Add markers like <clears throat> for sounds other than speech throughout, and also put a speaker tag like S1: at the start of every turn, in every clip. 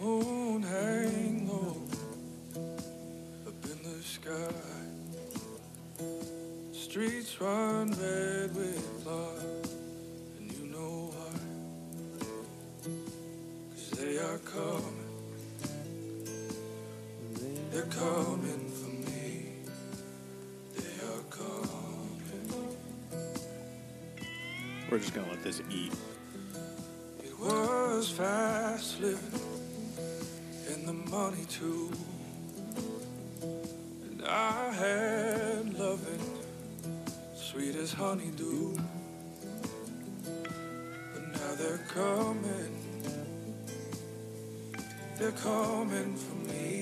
S1: Moon hang low up in the sky. Streets run red with blood, and you know why. 'Cause they are coming, they're coming for me. They are coming.
S2: We're just gonna let this eat.
S1: It was fast living, and the money too. And I had loving, sweet as honeydew. But now they're coming, they're coming for me.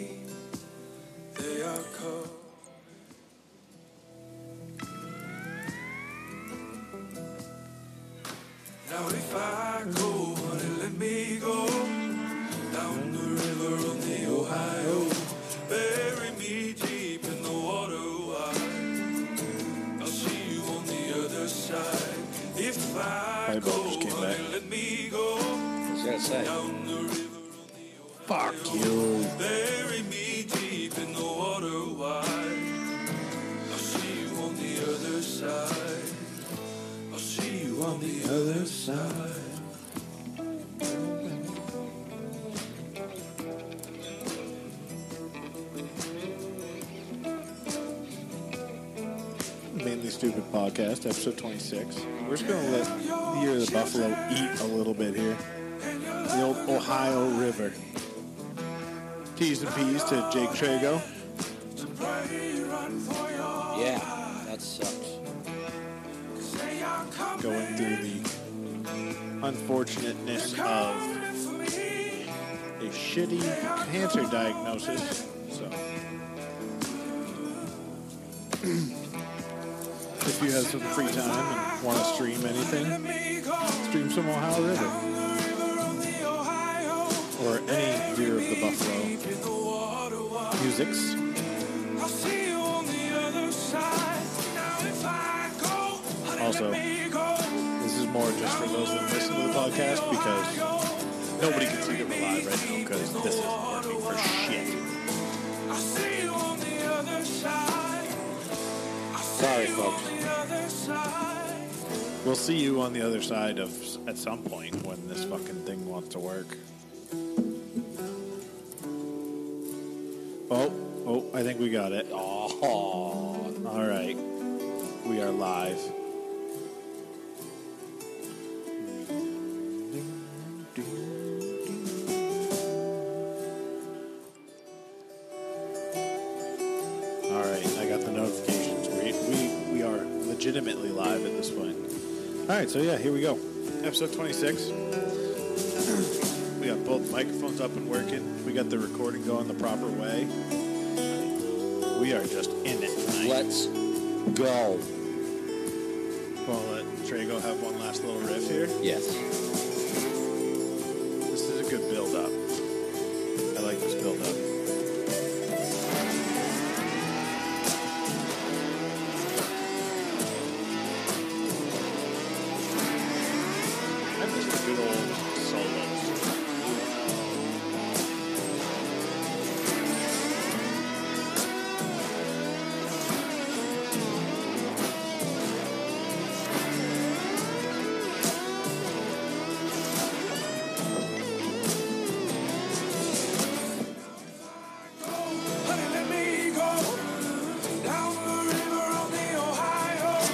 S1: They are coming. Now if I go, honey, let me go down the river on the Ohio. Bury me deep in the water wide. I'll see you on the other side. If I
S2: My
S1: go,
S2: boat just came
S1: honey,
S2: back.
S1: let me go
S3: was gonna say.
S1: down the river on the
S2: Fuck you.
S1: Bury me deep in the water wide. I'll see you on the other side. I'll see you on the other side.
S2: Mainly Stupid Podcast, episode 26. We're just gonna let the Year of the Buffalo eat a little bit here. The old Ohio River. T's and P's to Jake Trago.
S3: Yeah, that sucks.
S2: going through the uh, unfortunateness of a shitty cancer diagnosis. So, <clears throat> if you have some free time and want to stream anything, stream some Ohio River or any Year of the Buffalo musics.
S1: I'll see you on the other side. Now if I go, honey,
S2: Also,
S1: let me go.
S2: This is more just for those that listen to the podcast because nobody can see that we're live right now because this isn't working for shit.
S1: I'll see you on the other side. I'll see
S3: Sorry,
S1: you
S3: folks.
S1: on the other side.
S2: We'll see you on the other side of at some point when this fucking thing wants to work. Oh, oh, I think we got it.
S3: Oh,
S2: All right. We are live. All right, I got the notifications. We, we, we are legitimately live at this point. All right, so yeah, here we go. Episode 26. <clears throat> We got both microphones up and working. We got the recording going the proper way. We are just in it tonight.
S3: let's go.
S2: Well, let Trago have one last little riff here.
S3: Yes.
S2: This is a good build up. I like this build up. I miss the good old solos.
S1: Honey, let me go. Down the river on the Ohio.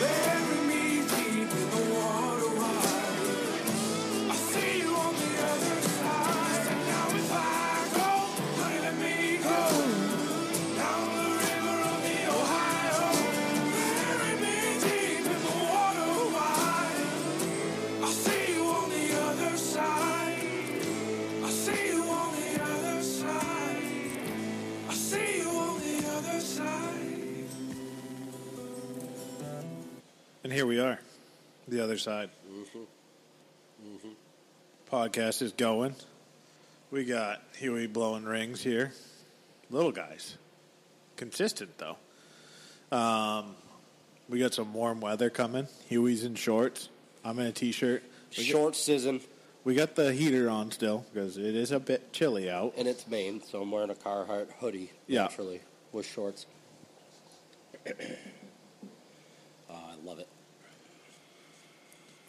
S1: Bury me deep in the water wide. I'll see you on the other side. Now if I go, honey, let me go. Down the river on the Ohio. Bury me deep in the water wide. I'll see you on the other side. I'll see you on the other side. I see you on the other side.
S2: And here we are, the other side. Podcast is going. We got Huey blowing rings here. Little guys. consistent though. Um, we got some warm weather coming. Huey's in shorts. I'm in a t-shirt. We got,
S3: Short season,
S2: we got the heater on still because it is a bit chilly out.
S3: and it's Maine, so I'm wearing a Carhartt hoodie,
S2: Yeah.
S3: naturally, with shorts. <clears throat> oh, I love it.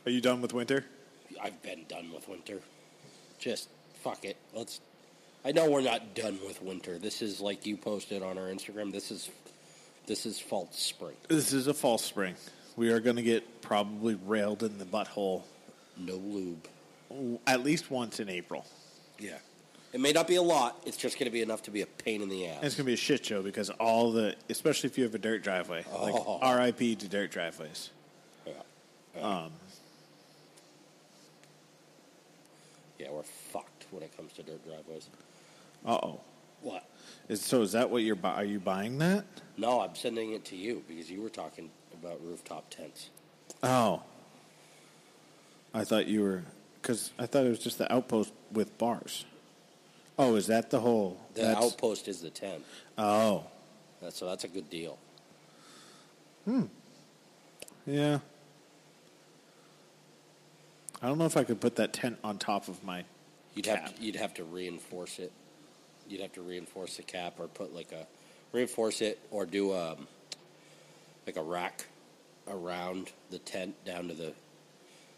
S2: Are you done with winter?
S3: I've been done with winter. Just fuck it. Let's. I know we're not done with winter. This is like you posted on our Instagram. This is, this is false spring.
S2: This is a false spring. We are going to get probably railed in the butthole
S3: No lube.
S2: at least once in April.
S3: Yeah. It may not be a lot. It's just going to be enough to be a pain in the
S2: And it's
S3: ass.
S2: going to be a shit show because all the, especially if you have a dirt driveway,
S3: Oh.
S2: like RIP to dirt driveways.
S3: Yeah. Um, yeah, we're fucked when it comes to dirt driveways.
S2: Uh oh.
S3: What?
S2: Is, so is that what you're bu- are you buying that?
S3: No, I'm sending it to you because you were talking about rooftop tents.
S2: Oh. I thought you were because I thought it was just the outpost with bars. Oh, is that the whole?
S3: The
S2: that's-
S3: outpost is the tent,
S2: Oh,
S3: That's- so that's a good deal.
S2: yeah. I don't know if I could put that tent on top of my.
S3: You'd have
S2: Cap.
S3: to, you'd have to reinforce it. You'd have to reinforce the cap or put like a reinforce it or do a like a rack around the tent down to the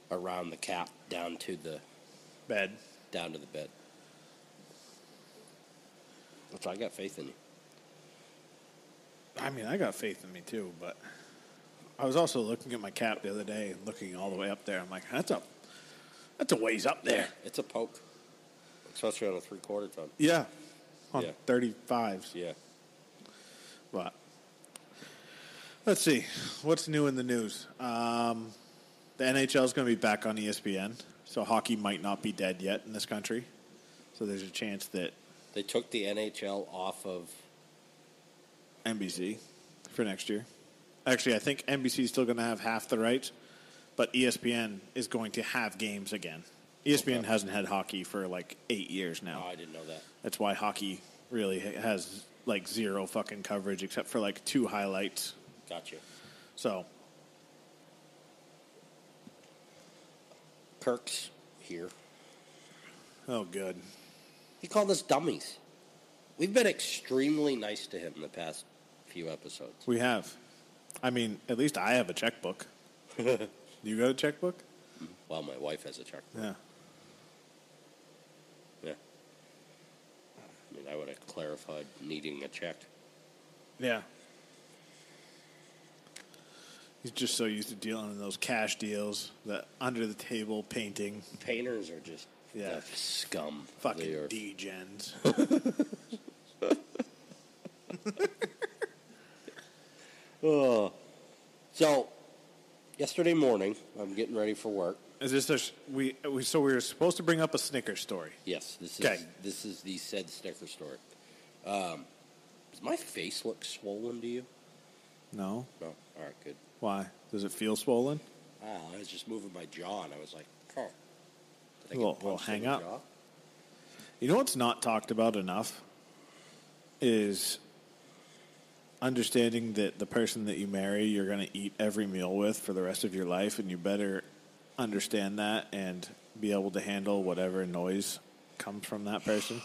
S3: around the cap down to the
S2: Bed.
S3: down to the bed. That's why I got faith in you.
S2: I mean, I got faith in me too, but I was also looking at my cap the other day and looking all the way up there. I'm like, that's a, that's a ways up there.
S3: It's a poke, especially on a three quarter ton.
S2: Yeah, on
S3: Yeah.
S2: 35s.
S3: Yeah.
S2: But let's see what's new in the news. Um, the NHL is going to be back on E ESPN, so hockey might not be dead yet in this country. So there's a chance that
S3: They took the NHL off of.
S2: NBC for next year. Actually, I think NBC is still going to have half the rights, but E ESPN is going to have games again. E ESPN
S3: Okay.
S2: hasn't had hockey for like eight years now.
S3: Oh, I didn't know that.
S2: That's why hockey really ha- has like zero fucking coverage except for like two highlights.
S3: Gotcha.
S2: So
S3: Kirk's here.
S2: Oh, good.
S3: He called us dummies. We've been extremely nice to him the past few episodes.
S2: We have. I mean, at least I have a checkbook. you got a checkbook?
S3: Well, my wife has a check.
S2: Yeah.
S3: Yeah. I mean, I would have clarified needing a check.
S2: Yeah. He's just so used to dealing in those cash deals, the under the table painting,
S3: Painters are just
S2: Yeah.
S3: the scum. of the
S2: fucking
S3: earth.
S2: degens.
S3: So, yesterday morning, I'm getting ready for work.
S2: Is this a, sh- we, we so we were supposed to bring up a Snickers story?
S3: Yes, this is
S2: Okay.
S3: this is the said Snicker story. Um, does my face look swollen to you?
S2: No.
S3: No. All right, good.
S2: Why? Does it feel swollen?
S3: Oh, I was just moving my jaw, and I was like, oh. Did I get
S2: Well, well,
S3: punched in
S2: hang
S3: the
S2: up.
S3: jaw?
S2: You know what's not talked about enough is understanding that the person that you marry, you're going to eat every meal with for the rest of your life, and you better understand that and be able to handle whatever noise comes from that person.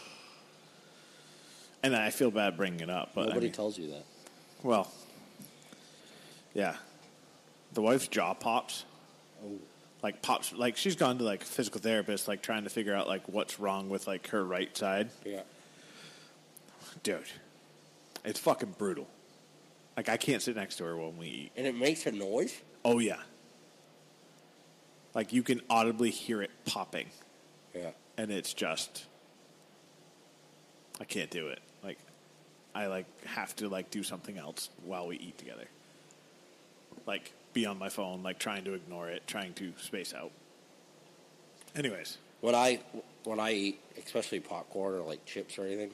S2: And I feel bad bringing it up, but I
S3: Nobody
S2: mean,
S3: tells you that.
S2: well, yeah, the wife's jaw pops. Like pops, like she's gone to like physical therapist, like trying to figure out like what's wrong with like her right side
S3: Yeah.
S2: dude, it's fucking brutal. Like I can't sit next to her when we eat.
S3: And it makes a noise?
S2: Oh yeah. Like you can audibly hear it popping,
S3: Yeah.
S2: and it's just, I can't do it. Like, I like have to like do something else while we eat together. Like be on my phone, like trying to ignore it, trying to space out. Anyways,
S3: When I when I eat, especially popcorn or like chips or anything,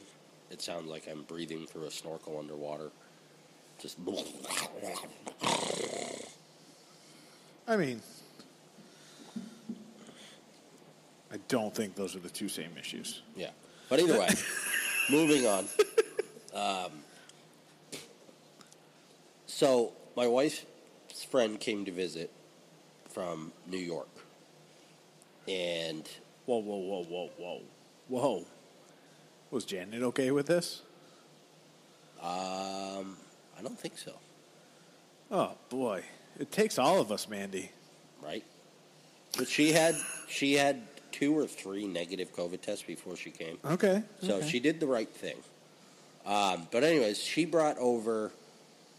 S3: it sounds like I'm breathing through a snorkel underwater. Just <laughs>
S2: <laughs> I mean, I don't think those are the two same issues.
S3: yeah. But either way, moving on. Um, So my wife's friend came to visit from New York, and
S2: Whoa, whoa, whoa, whoa, whoa, whoa. Was Janet okay with this?
S3: um, I don't think so.
S2: Oh boy, it takes all of us, Mandy.
S3: Right? But she had she had two or three negative COVID tests before she came.
S2: Okay.
S3: So she did the right thing. Um, but anyways, she brought over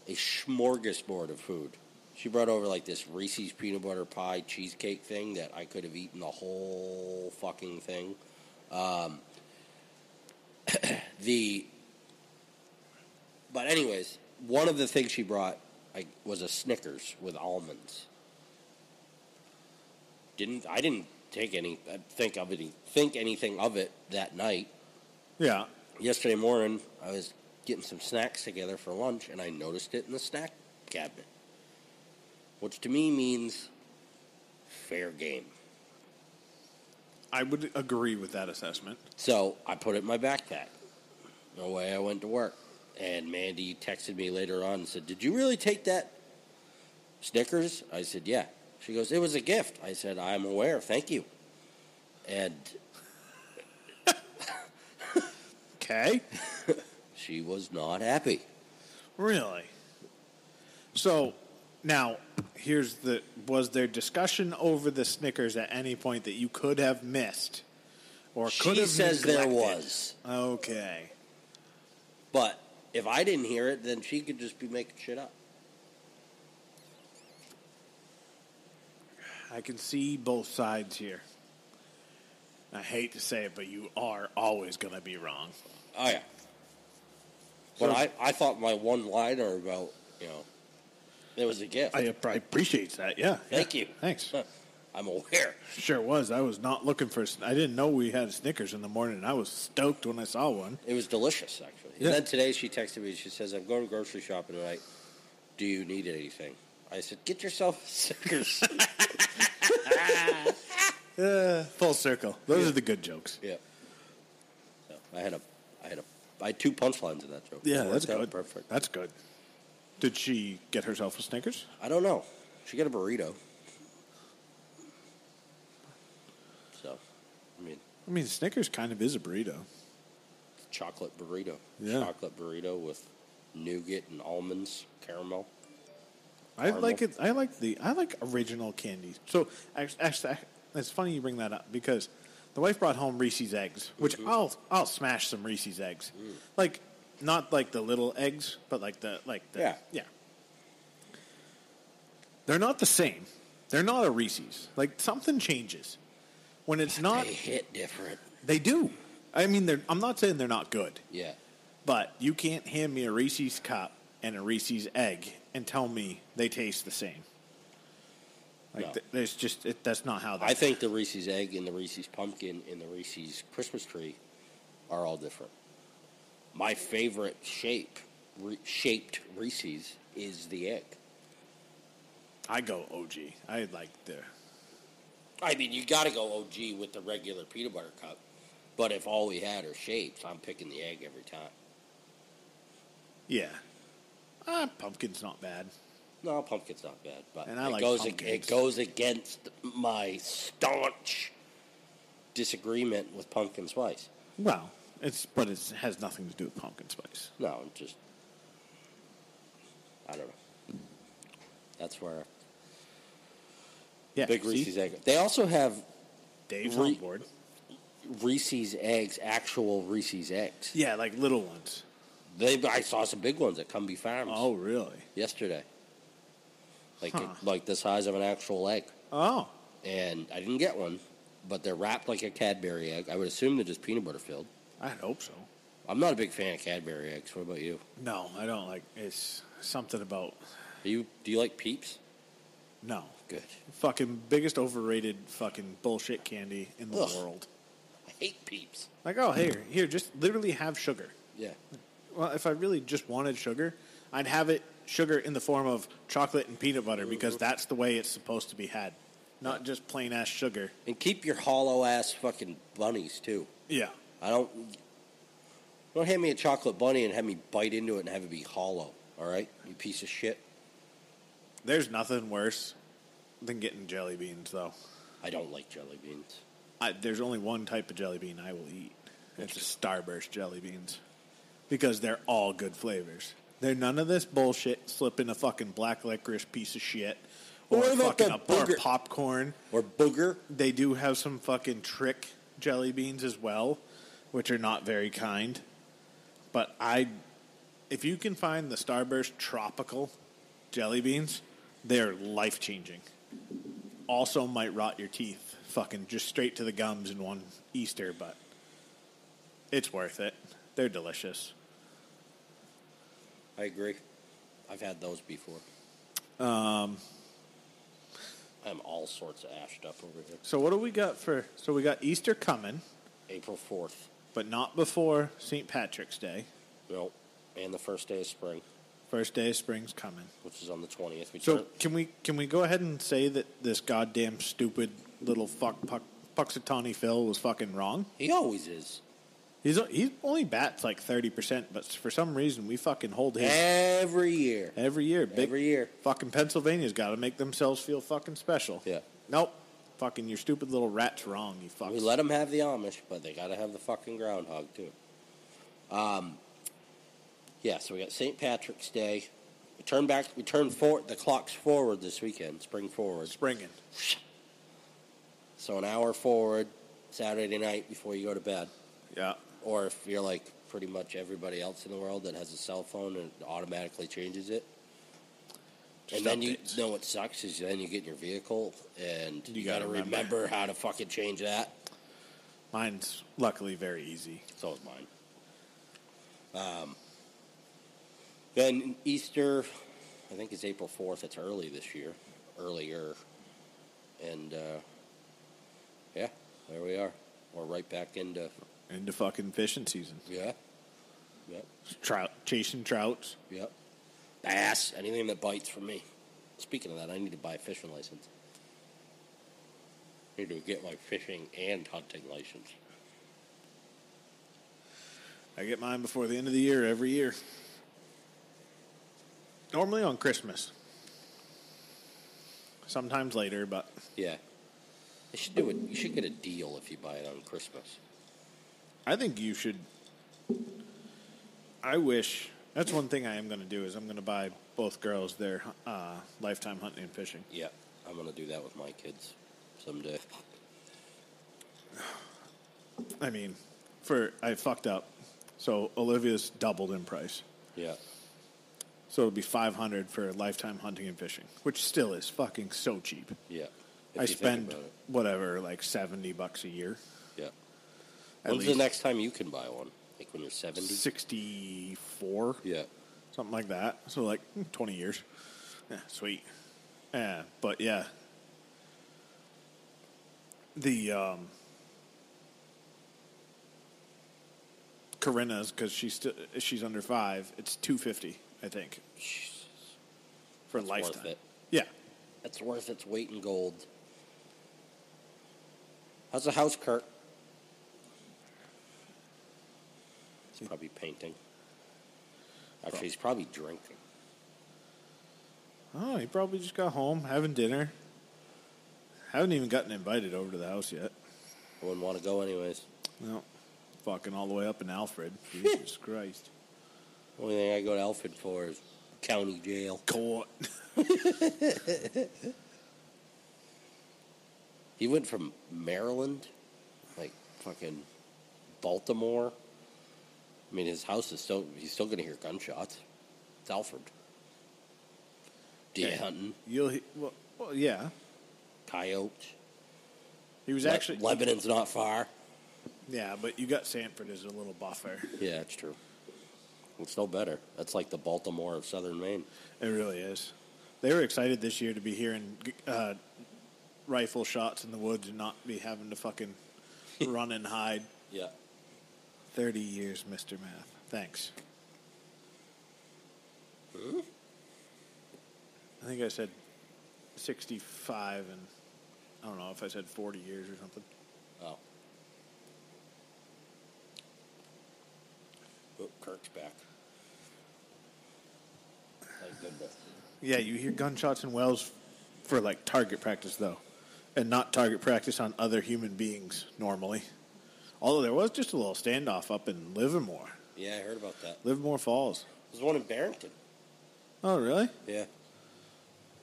S3: a smorgasbord of food. She brought over like this Reese's peanut butter pie cheesecake thing that I could have eaten the whole fucking thing. Um, <clears throat> the but anyways, one of the things she brought like, was a Snickers with almonds. Didn't I didn't take any I think of any think anything of it that night
S2: Yeah.
S3: yesterday morning I was getting some snacks together for lunch and I noticed it in the snack cabinet. Which to me means fair game.
S2: I would agree with that assessment.
S3: So I put it in my backpack. No way I went to work. And Mandy texted me later on and said, Did you really take that Snickers? I said, Yeah. She goes, It was a gift. I said, I'm aware, thank you. And
S2: Okay.
S3: she was not happy.
S2: Really? So now here's the was there discussion over the Snickers at any point that you could have missed? Or could
S3: She
S2: have
S3: says there
S2: neglected?
S3: was.
S2: Okay.
S3: But if I didn't hear it, then she could just be making shit up.
S2: I can see both sides here. I hate to say it, but you are always gonna be wrong.
S3: Oh yeah. But I, I thought my one liner about you know, it was a gift.
S2: I, I appreciate that, yeah.
S3: Thank
S2: yeah.
S3: you.
S2: Thanks.
S3: I'm aware.
S2: Sure was. I was not looking for. I didn't know we had Snickers in the morning. and I was stoked when I saw one.
S3: It was delicious actually.
S2: Yeah.
S3: And then today she texted me. She says, "I'm going grocery shopping tonight. Do you need anything?" I said, "Get yourself
S2: <laughs>
S3: Snickers."
S2: Uh, full circle. Those are the good jokes.
S3: yeah. So I had a, I had a, I had two punchlines in that joke.
S2: Yeah,
S3: It
S2: that's
S3: worked out
S2: good.
S3: Perfect.
S2: That's good. Did she get herself a Snickers?
S3: I don't know. She got a burrito. So, I mean.
S2: I mean, Snickers kind of is a burrito.
S3: chocolate burrito.
S2: Yeah.
S3: Chocolate burrito with nougat and almonds, caramel.
S2: I
S3: Caramel.
S2: like it. I like the. I like original candies. So actually, actually, it's funny you bring that up because the wife brought home Reese's eggs, which
S3: Mm-hmm.
S2: I'll I'll smash some Reese's eggs,
S3: Mm.
S2: like not like the little eggs, but like the like the
S3: Yeah.
S2: yeah. They're not the same. They're not a Reese's. Like something changes when it's not.
S3: They hit different.
S2: They do. I mean, they're, I'm not saying they're not good.
S3: Yeah.
S2: But you can't hand me a Reese's cup and a Reese's egg and tell me they taste the same. Like
S3: No.
S2: th- there's just it, that's not how that.
S3: I think the Reese's egg and the Reese's pumpkin and the Reese's Christmas tree are all different. My favorite shape, re- shaped Reese's, is the egg.
S2: I go OG. I like the
S3: I mean, you got to go OG with the regular peanut butter cup. But if all we had are shapes, I'm picking the egg every time.
S2: yeah. Ah, pumpkin's not bad.
S3: No, pumpkin's not bad, but
S2: And I
S3: it
S2: like
S3: goes ag-
S2: pumpkins.
S3: it goes against my staunch disagreement with pumpkin spice.
S2: Well, it's but it's, it has nothing to do with pumpkin spice.
S3: No, I'm just I don't know. That's where
S2: Yeah,
S3: Big
S2: see?
S3: Reese's egg. They also have
S2: Dave's
S3: Re-
S2: on board.
S3: Reese's eggs, actual Reese's eggs.
S2: Yeah, like little ones.
S3: They I saw some big ones at Cumby Farms
S2: Oh, really?
S3: yesterday. Like
S2: Huh.
S3: like the size of an actual egg.
S2: Oh,
S3: And I didn't get one, but they're wrapped like a Cadbury egg. I would assume they're just peanut butter filled.
S2: I hope so.
S3: I'm not a big fan of Cadbury eggs. What about you?
S2: No, I don't like. It's something about
S3: Are you do you like Peeps?
S2: no.
S3: Good. <laughs>
S2: Fucking biggest overrated fucking bullshit candy in the
S3: Ugh.
S2: world.
S3: I hate Peeps.
S2: Like, oh, here, here, just literally have sugar.
S3: Yeah.
S2: Well, if I really just wanted sugar, I'd have it sugar in the form of chocolate and peanut butter because that's the way it's supposed to be had, not just plain ass sugar.
S3: And keep your hollow ass fucking bunnies too.
S2: Yeah.
S3: I don't don't hand me a chocolate bunny and have me bite into it and have it be hollow. All right, you piece of shit.
S2: There's nothing worse than getting jelly beans, though.
S3: I don't like jelly beans.
S2: I, there's only one type of jelly bean I will eat. It's the Starburst jelly beans because they're all good flavors. They're none of this bullshit slipping a fucking black licorice piece of shit or
S3: What about
S2: fucking
S3: the
S2: a bar
S3: booger-
S2: popcorn.
S3: Or booger.
S2: They do have some fucking trick jelly beans as well, which are not very kind. But I, if you can find the Starburst tropical jelly beans, they're life changing. Also, might rot your teeth, fucking just straight to the gums in one Easter, but it's worth it. They're delicious.
S3: I agree. I've had those before. Um, I'm all sorts of ashed up over here.
S2: So what do we got for? So we got Easter coming,
S3: April 4th.
S2: but not before St. Patrick's Day.
S3: Nope. And the first day of spring,
S2: First day of spring's coming.
S3: which is on the 20th. We
S2: So
S3: turn-
S2: can we can we go ahead and say that this goddamn stupid little fuck puck, Puxatawny Phil was fucking wrong?
S3: he always is.
S2: He's o- he only bats like thirty percent, but for some reason we fucking hold his
S3: Every year.
S2: every year.
S3: Every year.
S2: fucking Pennsylvania's got to make themselves feel fucking special.
S3: Yeah.
S2: Nope. Fucking your stupid little rat's wrong. You fucks.
S3: We let them have the Amish, but they got to have the fucking groundhog too. Um, yeah, so we got St. Patrick's Day. We turn back. We turn forward. The clock's forward this weekend. Spring forward.
S2: springing.
S3: So an hour forward Saturday night before you go to bed,
S2: Yeah.
S3: or if you're like pretty much everybody else in the world that has a cell phone and it automatically changes it.
S2: Just
S3: and then you
S2: updates.
S3: know what sucks is then you get in your vehicle and you,
S2: You
S3: got
S2: gotta
S3: to
S2: remember.
S3: remember how to fucking change that.
S2: Mine's luckily very easy.
S3: So is mine. Um, then Easter, I think it's April 4th. It's early this year, earlier. And uh, yeah, there we are. We're right back into,
S2: Into fucking fishing season.
S3: yeah, yep,
S2: Trout chasing trouts.
S3: yep. Bass, anything that bites for me. Speaking of that, I need to buy a fishing license. I need to get my fishing and hunting license.
S2: I get mine before the end of the year every year. Normally on Christmas. Sometimes later, but
S3: Yeah. They should do it. You should get a deal if you buy it on Christmas.
S2: I think you should. I wish that's one thing I am going to do is I'm going to buy both girls their uh, lifetime hunting and fishing.
S3: Yeah, I'm gonna do that with my kids someday.
S2: I mean, for I fucked up, so Olivia's doubled in price,
S3: Yeah,
S2: so it'll be five hundred for lifetime hunting and fishing, which still is fucking so cheap.
S3: yeah. If
S2: I
S3: you think
S2: spend
S3: about it.
S2: whatever like seventy bucks a year.
S3: Yeah.
S2: At
S3: When's
S2: least.
S3: the next time you can buy one? Like when you're 70?
S2: 64,
S3: Yeah.
S2: something like that. So like hmm, 20 years. Yeah, sweet. Yeah, but yeah. The um Corinna's cuz she's still she's under 5, it's 250, I think,
S3: Jeez,
S2: for
S3: That's worth
S2: lifetime.
S3: it.
S2: Yeah.
S3: That's worth its weight in gold. How's the house, Kurt? He's probably painting. Actually, he's probably drinking.
S2: Oh, he probably just got home having dinner. Haven't even gotten invited over to the house yet.
S3: I wouldn't want to go anyways.
S2: No. Fucking all the way up in
S3: <laughs>
S2: Alfred. Jesus Christ.
S3: Only thing I go to Alfred for is county jail.
S2: Caught.
S3: He went from Maryland, like fucking Baltimore. I mean, his house is still, he's still going to hear gunshots. It's Alfred. Deer
S2: Yeah.
S3: hunting,
S2: You'll he- well, well, yeah.
S3: coyotes.
S2: He was
S3: Le-
S2: actually
S3: Lebanon's not far.
S2: yeah, but you got Sanford as a little buffer.
S3: Yeah, that's true. It's no better. That's like the Baltimore of southern Maine.
S2: It really is. They were excited this year to be hearing uh, rifle shots in the woods and not be having to fucking run and hide.
S3: Yeah.
S2: Thirty years, Mister Math. Thanks. I think I said sixty-five, and I don't know if I said forty years or something.
S3: Oh. Oh, Kirk's back. Thank goodness.
S2: Yeah, you hear gunshots in Wells for like target practice though, and not target practice on other human beings normally. Although there was just a little standoff up in Livermore,
S3: Yeah, I heard about that.
S2: Livermore Falls.
S3: There's one in Barrington.
S2: Oh, really?
S3: Yeah.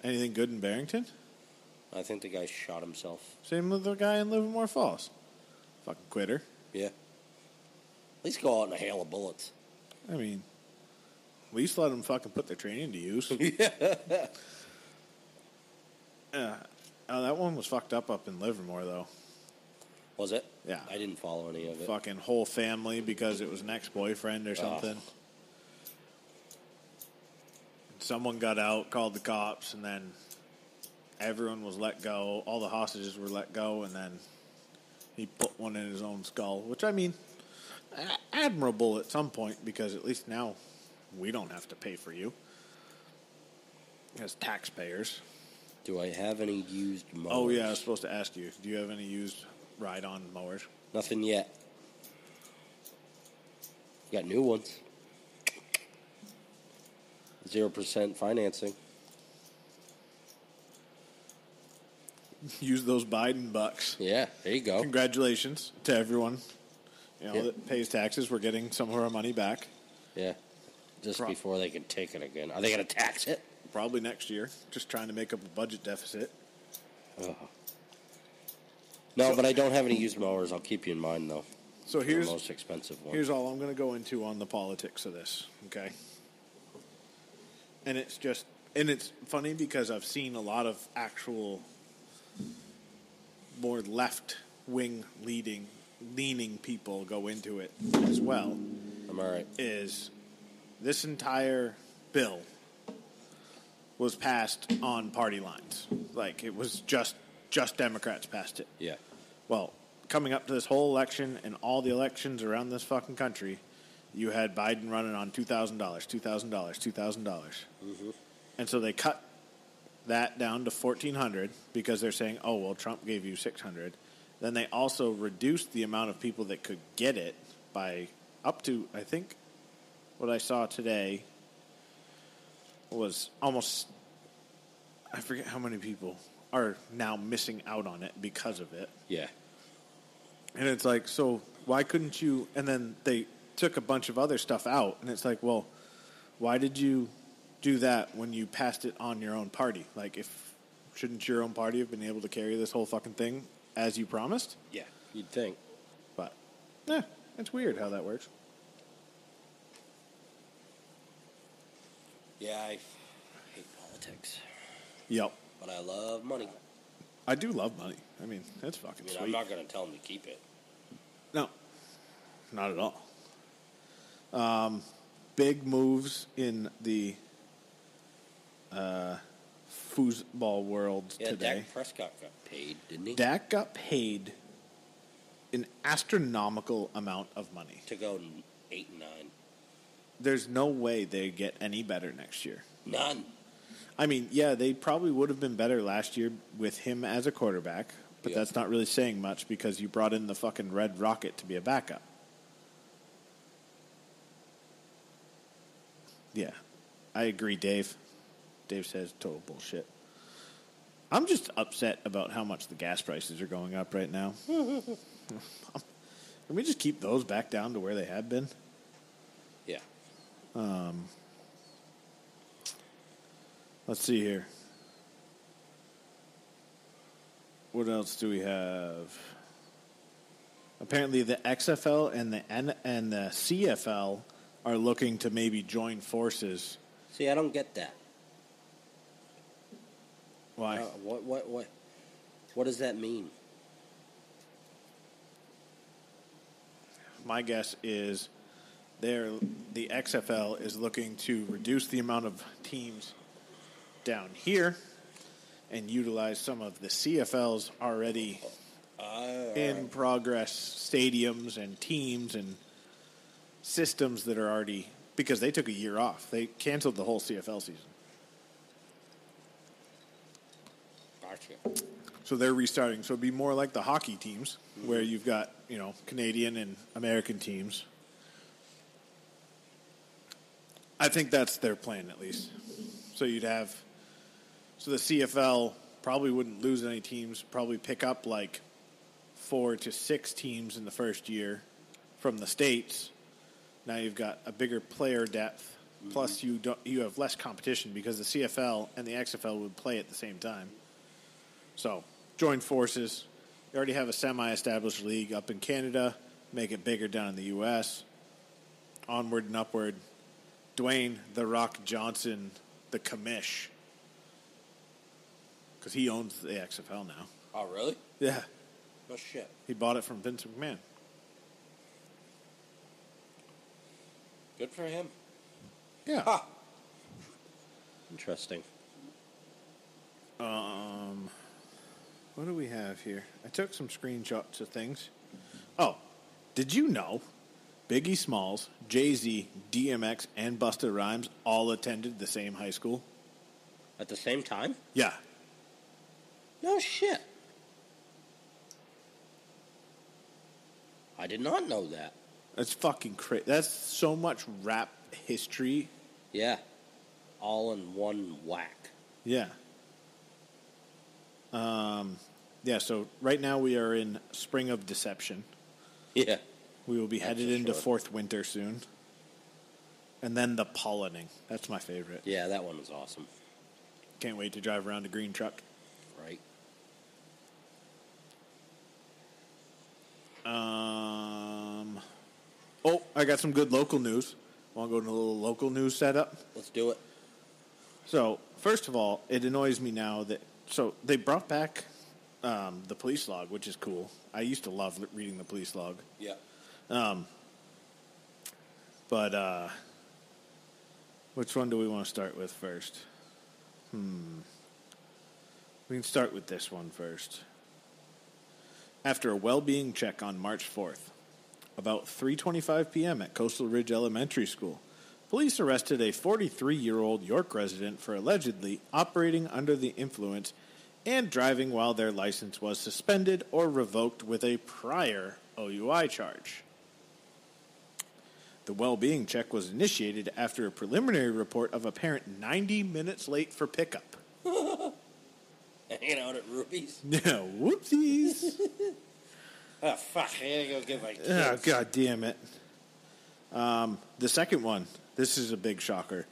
S2: Anything good in Barrington?
S3: I think the guy shot himself.
S2: Same with the guy in Livermore Falls. Fucking quitter.
S3: Yeah. At least go out in a hail of bullets.
S2: I mean, at least let them fucking put their training to <laughs> use. yeah. Oh, that one was fucked up up in Livermore though.
S3: Was it?
S2: Yeah.
S3: I didn't follow any of it.
S2: Fucking whole family because it was an ex-boyfriend or something. Someone got out, called the cops, and then everyone was let go. All the hostages were let go, and then he put one in his own skull, which I mean, a- admirable at some point because at least now we don't have to pay for you as taxpayers.
S3: Do I have any used mowers?
S2: Oh yeah, I was supposed to ask you. Do you have any used ride-on mowers? <laughs>
S3: Nothing yet. Got new ones. Zero percent financing.
S2: Use those Biden bucks.
S3: Yeah, there you go.
S2: Congratulations to everyone. You know,
S3: Oh. Yeah.
S2: that pays taxes. We're getting some of our money back.
S3: Yeah. Just
S2: Pro-
S3: before they can take it again. Are they going to tax it?
S2: Probably next year. Just trying to make up a budget deficit.
S3: No, but I don't have any used mowers. I'll keep you in mind, though.
S2: So
S3: The
S2: here's
S3: most expensive one.
S2: here's all I'm going to go into on the politics of this. Okay. And it's just and it's funny because I've seen a lot of actual more left wing leading leaning people go into it as well.
S3: I'm all right.
S2: is this entire bill was passed on party lines. Like it was just just Democrats passed it.
S3: Yeah.
S2: Well, coming up to this whole election and all the elections around this fucking country, you had Biden running on two thousand dollars, two thousand dollars, two thousand dollars, and so they cut that down to fourteen hundred because they're saying, oh well, Trump gave you six hundred. Then they also reduced the amount of people that could get it by up to I think what I saw today was almost I forget how many people are now missing out on it because of it.
S3: Yeah.
S2: And it's like, so why couldn't you? And then they took a bunch of other stuff out, and it's like, well, why did you do that when you passed it on your own party? Like, if shouldn't your own party have been able to carry this whole fucking thing as you promised?
S3: Yeah. You'd think.
S2: But yeah, it's weird how that works.
S3: Yeah, I hate politics,
S2: Yep,
S3: but I love money.
S2: I do love money. I mean, that's fucking
S3: I mean, I'm
S2: sweet.
S3: not going to tell them to keep it.
S2: No, not at all. Um, big moves in the uh, foosball world
S3: Yeah,
S2: today.
S3: Dak Prescott got paid, didn't he?
S2: Dak got paid an astronomical amount of money.
S3: to go n- eight and nine.
S2: There's no way they get any better next year.
S3: None.
S2: I mean, yeah, they probably would have been better last year with him as a quarterback, but
S3: Yeah.
S2: that's not really saying much because you brought in the fucking Red Rocket to be a backup. Yeah, I agree, Dave. Dave says total bullshit. I'm just upset about how much the gas prices are going up right now. Can we just keep those back down to where they have been?
S3: Yeah.
S2: Let's see here. What else do we have? Apparently, the XFL and the N- and the CFL are looking to maybe join forces.
S3: See, I don't get that.
S2: Why?
S3: Uh, what? What? What? What does that mean?
S2: My guess is they're, the XFL is looking to reduce the amount of teams down here and utilize some of the CFL's already in progress stadiums and teams and systems that are already because they took a year off. They canceled the whole CFL season.
S3: Gotcha.
S2: So they're restarting. So it'd be more like the hockey teams where you've got, you know, Canadian and American teams. I think that's their plan at least. So you'd have So the CFL probably wouldn't lose any teams. Probably pick up like four to six teams in the first year from the states. Now you've got a bigger player depth. Plus, you don't, you have less competition because the CFL and the XFL would play at the same time. So join forces. You already have a semi-established league up in Canada. Make it bigger down in the U.S. Onward and upward. Dwayne the Rock Johnson, the commish, because he owns the XFL now.
S3: Oh, really?
S2: Yeah,
S3: No shit.
S2: he bought it from Vince McMahon.
S3: Good for him.
S2: Yeah.
S3: Ha! Interesting.
S2: Um, what do we have here? I took some screenshots of things. Oh, did you know Biggie Smalls, Jay Z, DMX, and Busta Rhymes all attended the same high school?
S3: At the same time?
S2: Yeah.
S3: No shit. I did not know that.
S2: That's fucking crazy. That's so much rap history.
S3: Yeah. All in one whack. <laughs>
S2: Yeah. Um, yeah, so right now we are in spring of deception.
S3: Yeah.
S2: We will be
S3: That's
S2: headed
S3: for
S2: into
S3: sure.
S2: fourth winter soon. And then the pollening. That's my favorite.
S3: Yeah, that one was awesome.
S2: Can't wait to drive around a green truck.
S3: Right?
S2: Um, oh, I got some good local news. Want to go to a little local news setup?
S3: Let's do it.
S2: So, first of all, it annoys me now that so they brought back um, the police log, which is cool. I used to love l- reading the police log,
S3: Yeah. <laughs>
S2: but uh, which one do we want to start with first? Hmm. We can start with this one first. After a well-being check on March 4th, about 3:25 p.m. at Coastal Ridge Elementary School, police arrested a 43-year-old York resident for allegedly operating under the influence and driving while their license was suspended or revoked with a prior OUI charge. The well-being check was initiated after a preliminary report of a parent 90 minutes late for pickup.
S3: Hanging out at Ruby's?
S2: Yeah, whoopsies.
S3: Oh, fuck. I gotta go get my kids.
S2: Oh, God damn it. Um, the second one, this is a big shocker.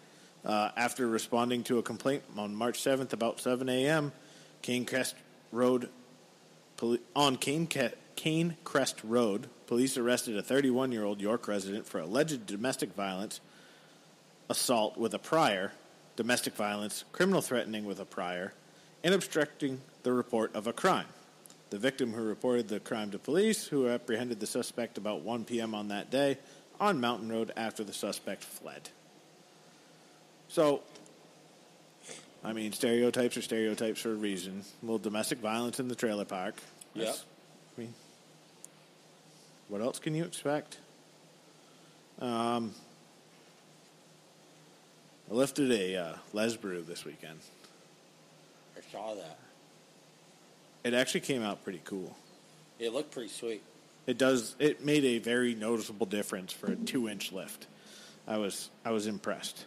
S2: Uh, after responding to a complaint on March 7th about 7 a.m., Cane Crest Road, poli- on Cane, Ca- Cane Crest Road, police arrested a 31 year old York resident for alleged domestic violence, assault with a prior, domestic violence, criminal threatening with a prior, and obstructing the report of a crime. The victim who reported the crime to police, who apprehended the suspect about 1 p.m. on that day on Mountain Road after the suspect fled. So, I mean, stereotypes are stereotypes for a reason. A little domestic violence in the trailer park.
S3: Yep.
S2: That's- I mean, what else can you expect? Um, I lifted a uh, Les Brew this weekend.
S3: I saw that.
S2: It actually came out pretty cool.
S3: It looked pretty sweet.
S2: It does. It made a very noticeable difference for a two-inch lift. I was I was impressed.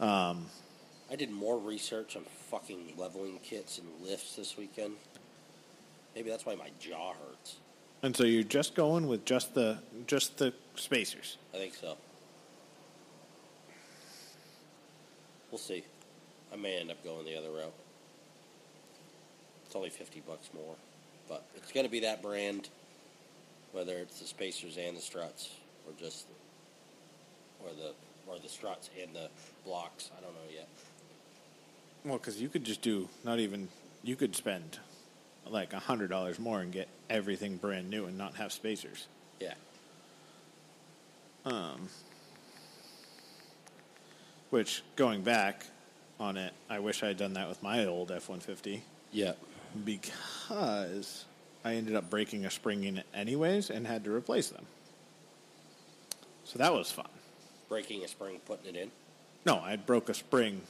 S3: I did more research on fucking leveling kits and lifts this weekend. Maybe that's why my jaw hurts.
S2: And so you're just going with just the just the spacers.
S3: I think so. We'll see. I may end up going the other route. It's only 50 bucks more, but it's going to be that brand whether it's the spacers and the struts or just or the or the struts and the blocks. I don't know yet.
S2: Well, because you could just do not even you could spend like a hundred dollars more and get everything brand new and not have spacers.
S3: Yeah.
S2: Which going back on it, I wish I had done that with my old F one fifty.
S3: Yeah.
S2: because I ended up breaking a spring in it anyways and had to replace them. So that was fun.
S3: Breaking a spring, putting it in.
S2: No, I broke a spring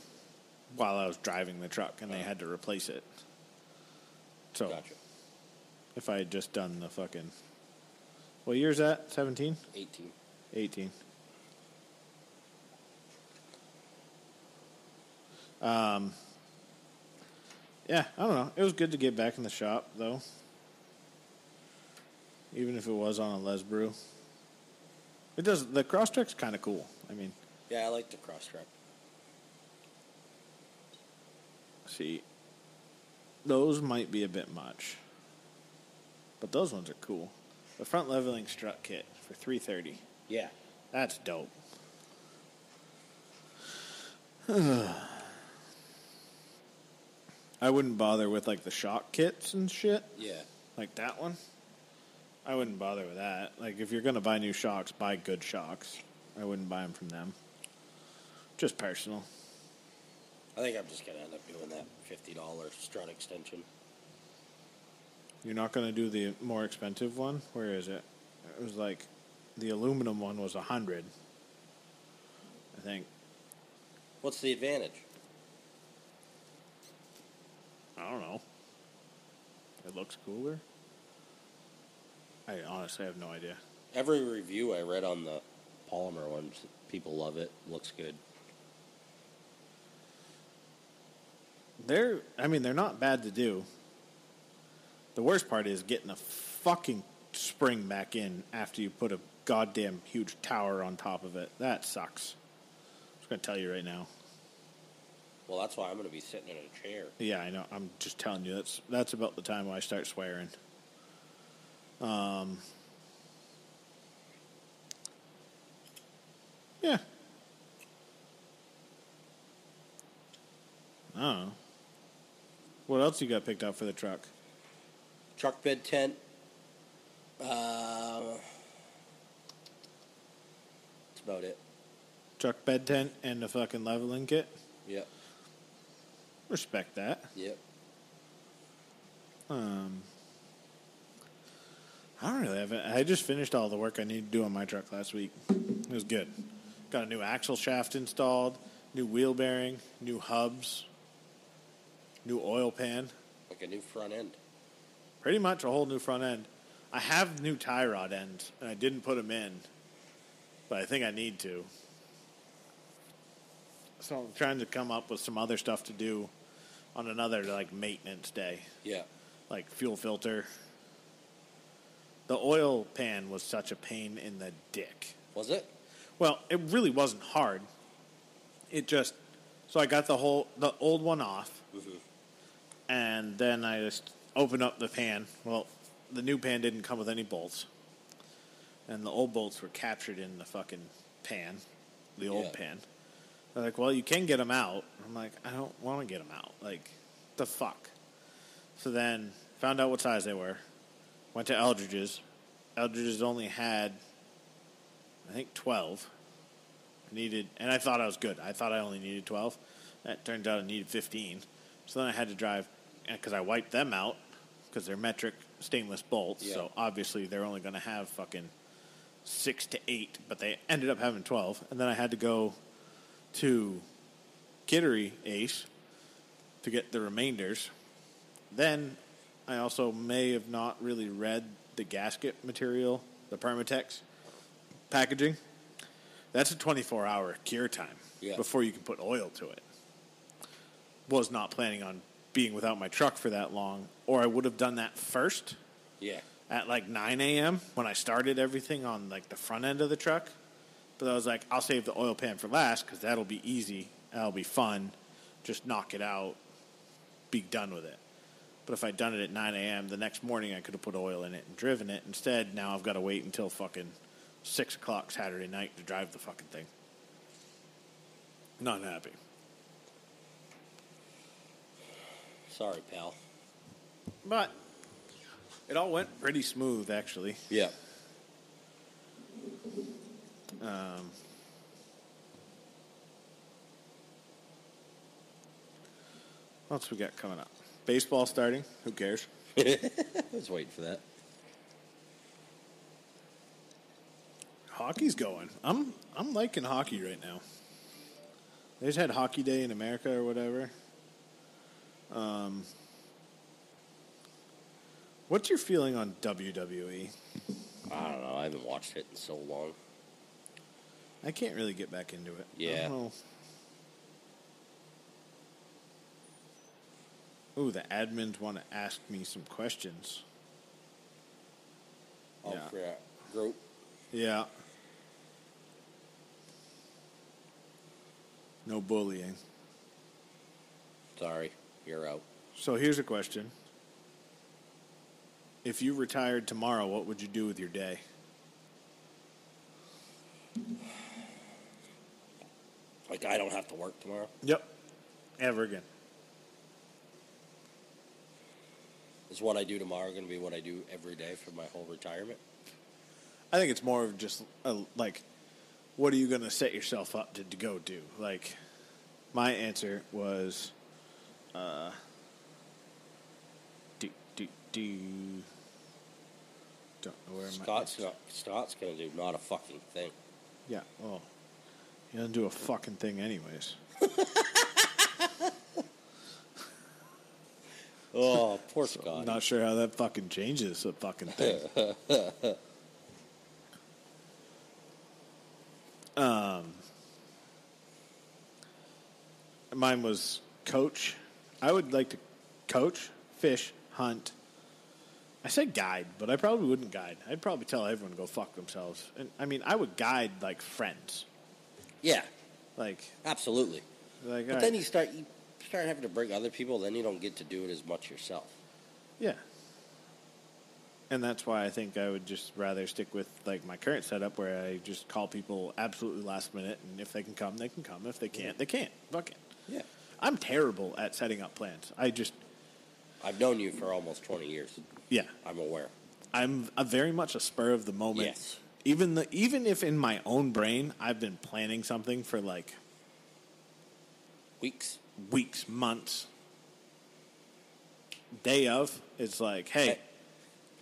S2: while I was driving the truck and they had to replace it. So
S3: Gotcha.
S2: if I had just done the fucking. What year's that? 17?
S3: 18.
S2: 18. Um, Um, yeah, I don't know. It was good to get back in the shop though, even if it was on a Les Brew. It does. The Crosstrek's kind of cool. I mean,
S3: Yeah, I like the cross track.
S2: see, those might be a bit much, but those ones are cool. The front leveling strut kit for three thirty.
S3: Yeah.
S2: That's dope. <sighs> I wouldn't bother with like the shock kits and shit,
S3: Yeah.
S2: like that one. I wouldn't bother with that. Like if you're gonna buy new shocks, buy good shocks. I wouldn't buy them from them. Just personal.
S3: I think I'm just gonna end up doing that fifty dollar strut extension.
S2: You're not gonna do the more expensive one. Where is it? It was like the aluminum one was a hundred. I think.
S3: What's the advantage?
S2: I don't know. It looks cooler. I honestly have no idea.
S3: Every review I read on the polymer ones, people love it. Looks good.
S2: They're, I mean, they're not bad to do. The worst part is getting a fucking spring back in after you put a goddamn huge tower on top of it. That sucks. I'm just gonna tell you right now.
S3: Well, that's why I'm gonna be sitting in a chair.
S2: Yeah, I know. I'm just telling you. That's that's about the time when I start swearing. Um. Yeah. Oh. What else you got picked up for the truck?
S3: Truck bed tent. Uh, that's about it.
S2: Truck bed tent and a fucking leveling kit.
S3: Yep.
S2: Respect that.
S3: Yep.
S2: Um. I don't really have it. I just finished all the work I need to do on my truck last week. It was good. Got a new axle shaft installed, new wheel bearing, new hubs, new oil pan,
S3: Like a new front end.
S2: pretty much a whole new front end. I have new tie rod ends, and I didn't put them in, but I think I need to. So I'm trying to come up with some other stuff to do on another like maintenance day
S3: Yeah.
S2: like fuel filter. The oil pan was such a pain in the dick.
S3: Was it?
S2: Well, it really wasn't hard. It just so I got the whole the old one off,
S3: Mm-hmm.
S2: and then I just opened up the pan. Well, the new pan didn't come with any bolts, and the old bolts were captured in the fucking pan, the old
S3: Yeah.
S2: pan. They're like, well, you can get them out. I'm like, I don't want to get them out. Like, the fuck. So then found out what size they were. Went to Eldridge's. Eldridge's only had, I think, 12. I needed, and I thought I was good. I thought I only needed 12. That turns out I needed 15. So then I had to drive, because I wiped them out, because they're metric stainless bolts.
S3: Yeah.
S2: So obviously they're only going to have fucking six to eight, but they ended up having 12. And then I had to go to Kittery Ace to get the remainders. Then I also may have not really read the gasket material, the Permatex packaging. That's a 24 hour cure time
S3: Yeah.
S2: before you can put oil to it. Was not planning on being without my truck for that long, or I would have done that first
S3: Yeah.
S2: at like 9 a.m. when I started everything on like the front end of the truck. But I was like, I'll save the oil pan for last because that'll be easy. That'll be fun. Just knock it out, be done with it. But if I'd done it at 9 a.m. the next morning, I could have put oil in it and driven it. Instead, now I've got to wait until fucking 6 o'clock Saturday night to drive the fucking thing. Not happy.
S3: Sorry, pal.
S2: But it all went pretty smooth, actually.
S3: Yeah.
S2: What else we got coming up? Baseball starting. Who cares?
S3: I was waiting for that.
S2: Hockey's going. I'm I'm liking hockey right now. They just had hockey day in America or whatever. Um, what's your feeling on E? WWE?
S3: I don't know. I haven't watched it in so long.
S2: I can't really get back into it. I
S3: Yeah.
S2: don't know. Ooh, the admins want to ask me some questions.
S3: Oh,
S2: Yeah.
S3: crap. Group.
S2: Yeah. No bullying.
S3: Sorry, you're out.
S2: So here's a question. If you retired tomorrow, what would you do with your day?
S3: Like I don't have to work tomorrow.
S2: Yep. Ever again.
S3: Is what I do tomorrow going to be what I do every day for my whole retirement?
S2: I think it's more of just a, like, what are you going to set yourself up to, to go do? Like, my answer was, uh, do, do, do. Don't know where my
S3: Scott's not, Scott's going to do not a fucking
S2: <laughs>
S3: thing.
S2: Yeah, well, he doesn't do a fucking thing, anyways.
S3: Oh, poor
S2: I'm
S3: Scott.
S2: not sure how that fucking changes the fucking
S3: <laughs>
S2: thing. um, Um, mine was coach. I would like to coach, fish, hunt. I said guide, but I probably wouldn't guide. I'd probably tell everyone to go fuck themselves. And I mean, I would guide like friends,
S3: yeah,
S2: like
S3: absolutely.
S2: like.
S3: But
S2: all
S3: then
S2: right,
S3: you start you start having to bring other people. Then you don't get to do it as much yourself.
S2: Yeah. And that's why I think I would just rather stick with like my current setup where I just call people absolutely last minute and if they can come, they can come. If they can't, they can't. Fuck it.
S3: Yeah,
S2: I'm terrible at setting up plans. I just
S3: I've known you for almost twenty years.
S2: yeah.
S3: I'm aware.
S2: I'm a very much a spur of the moment.
S3: Yes.
S2: Even the even if in my own brain I've been planning something for like
S3: Weeks.
S2: weeks, months. Day of, it's like, hey,
S3: Hey.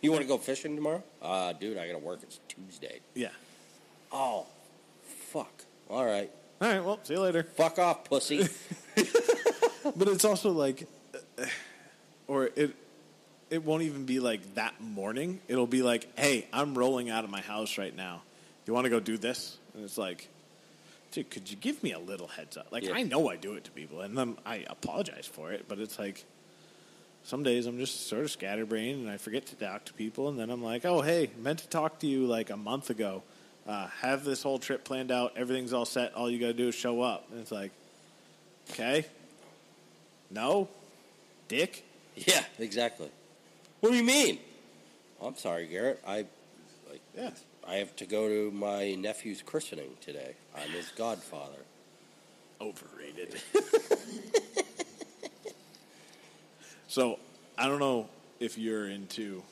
S3: You want to go fishing tomorrow? Uh, dude, I got to work. It's Tuesday.
S2: yeah.
S3: Oh, fuck. All right.
S2: All right, well, see you later.
S3: Fuck off, pussy.
S2: but it's also like uh, or it it won't even be like that morning it'll be like hey i'm rolling out of my house right now you want to go do this and it's like dude could you give me a little heads up like
S3: Yeah.
S2: i know i do it to people and then i apologize for it but it's like some days i'm just sort of scatterbrained and i forget to talk to people and then i'm like oh hey meant to talk to you like a month ago uh, have this whole trip planned out everything's all set all you gotta do is show up and it's like okay no dick
S3: yeah, exactly. What do you mean? I'm sorry, Garrett. I like
S2: Yeah.
S3: I have to go to my nephew's christening today. I'm his godfather.
S2: Overrated. <laughs> so I don't know if you're into.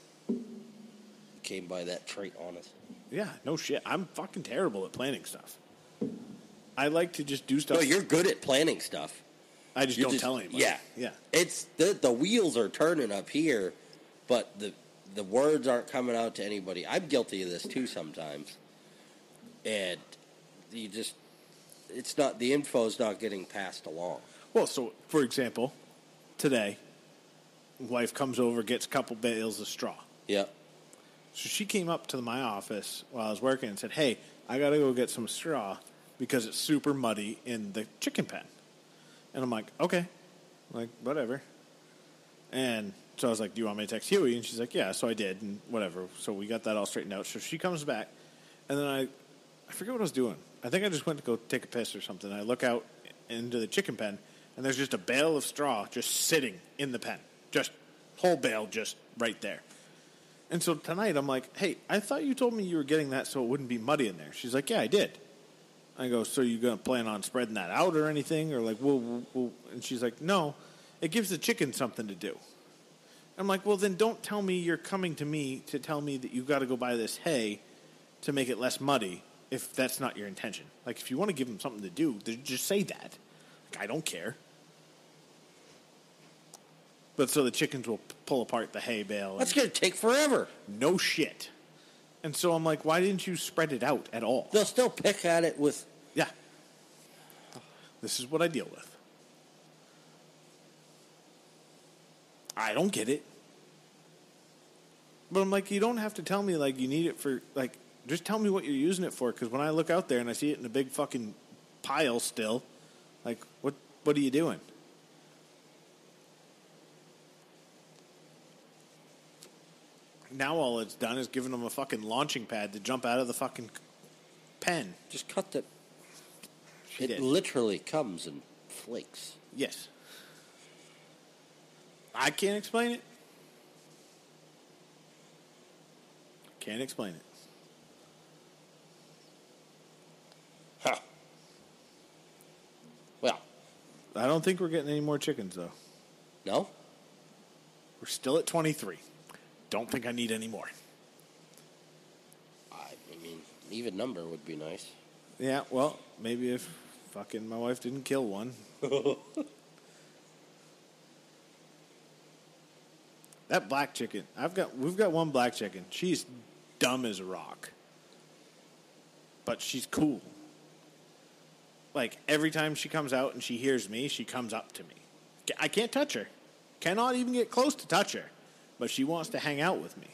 S3: Came by that trait on us.
S2: Yeah, no shit. I'm fucking terrible at planning stuff. I like to just do stuff.
S3: No, you're good at planning stuff.
S2: I just
S3: you
S2: don't
S3: just-
S2: tell anybody.
S3: yeah.
S2: yeah.
S3: It's the the wheels are turning up here, but the the words aren't coming out to anybody. I'm guilty of this too sometimes, and you just it's not the info's not getting passed along.
S2: Well, so for example, today, wife comes over, gets a couple bales of straw.
S3: Yeah,
S2: So she came up to my office while I was working and said, "Hey, I got to go get some straw because it's super muddy in the chicken pen." And I'm like, "Okay, I'm like whatever." And so I was like, "Do you want me to text Huey?" And she's like, "Yeah." So I did, and whatever. So we got that all straightened out. So she comes back, and then I, I forget what I was doing. I think I just went to go take a piss or something. I look out into the chicken pen, and there's just a bale of straw just sitting in the pen, just whole bale, just right there. And so tonight I'm like, hey, I thought you told me you were getting that so it wouldn't be muddy in there. She's like, yeah, I did. I go, so you gonna plan on spreading that out or anything, or like, well, well, well- and she's like, no, it gives the chicken something to do. I'm like, well, then don't tell me you're coming to me to tell me that you got to go buy this hay to make it less muddy if that's not your intention. Like, if you want to give them something to do, then just say that. Like, I don't care. But so the chickens will p- pull apart the hay bale. and-
S3: that's gonna take forever.
S2: no shit. And so I'm like, why didn't you spread it out at all?
S3: They'll still pick at it with
S2: Yeah. This is what I deal with. I don't get it. But I'm like, you don't have to tell me, like, you need it for, like, just tell me what you're using it for. Because when I look out there and I see it in a big fucking pile still, like, what, what are you doing? now all it's done is given them a fucking launching pad to jump out of the fucking pen.
S3: Just cut the.
S2: She
S3: it
S2: did.
S3: literally comes in flakes.
S2: Yes. I can't explain it. Can't explain it.
S3: Huh. Well,
S2: I don't think we're getting any more chickens though.
S3: no.
S2: We're still at 23. Don't think I need any more.
S3: I, I mean, even number would be nice.
S2: Yeah, well, maybe if fucking my wife didn't kill one. that black chicken. I've got we've got one black chicken. She's dumb as a rock. But she's cool. Like every time she comes out and she hears me, she comes up to me. Ca- I can't touch her. Cannot even get close to touch her. But she wants to hang out with me.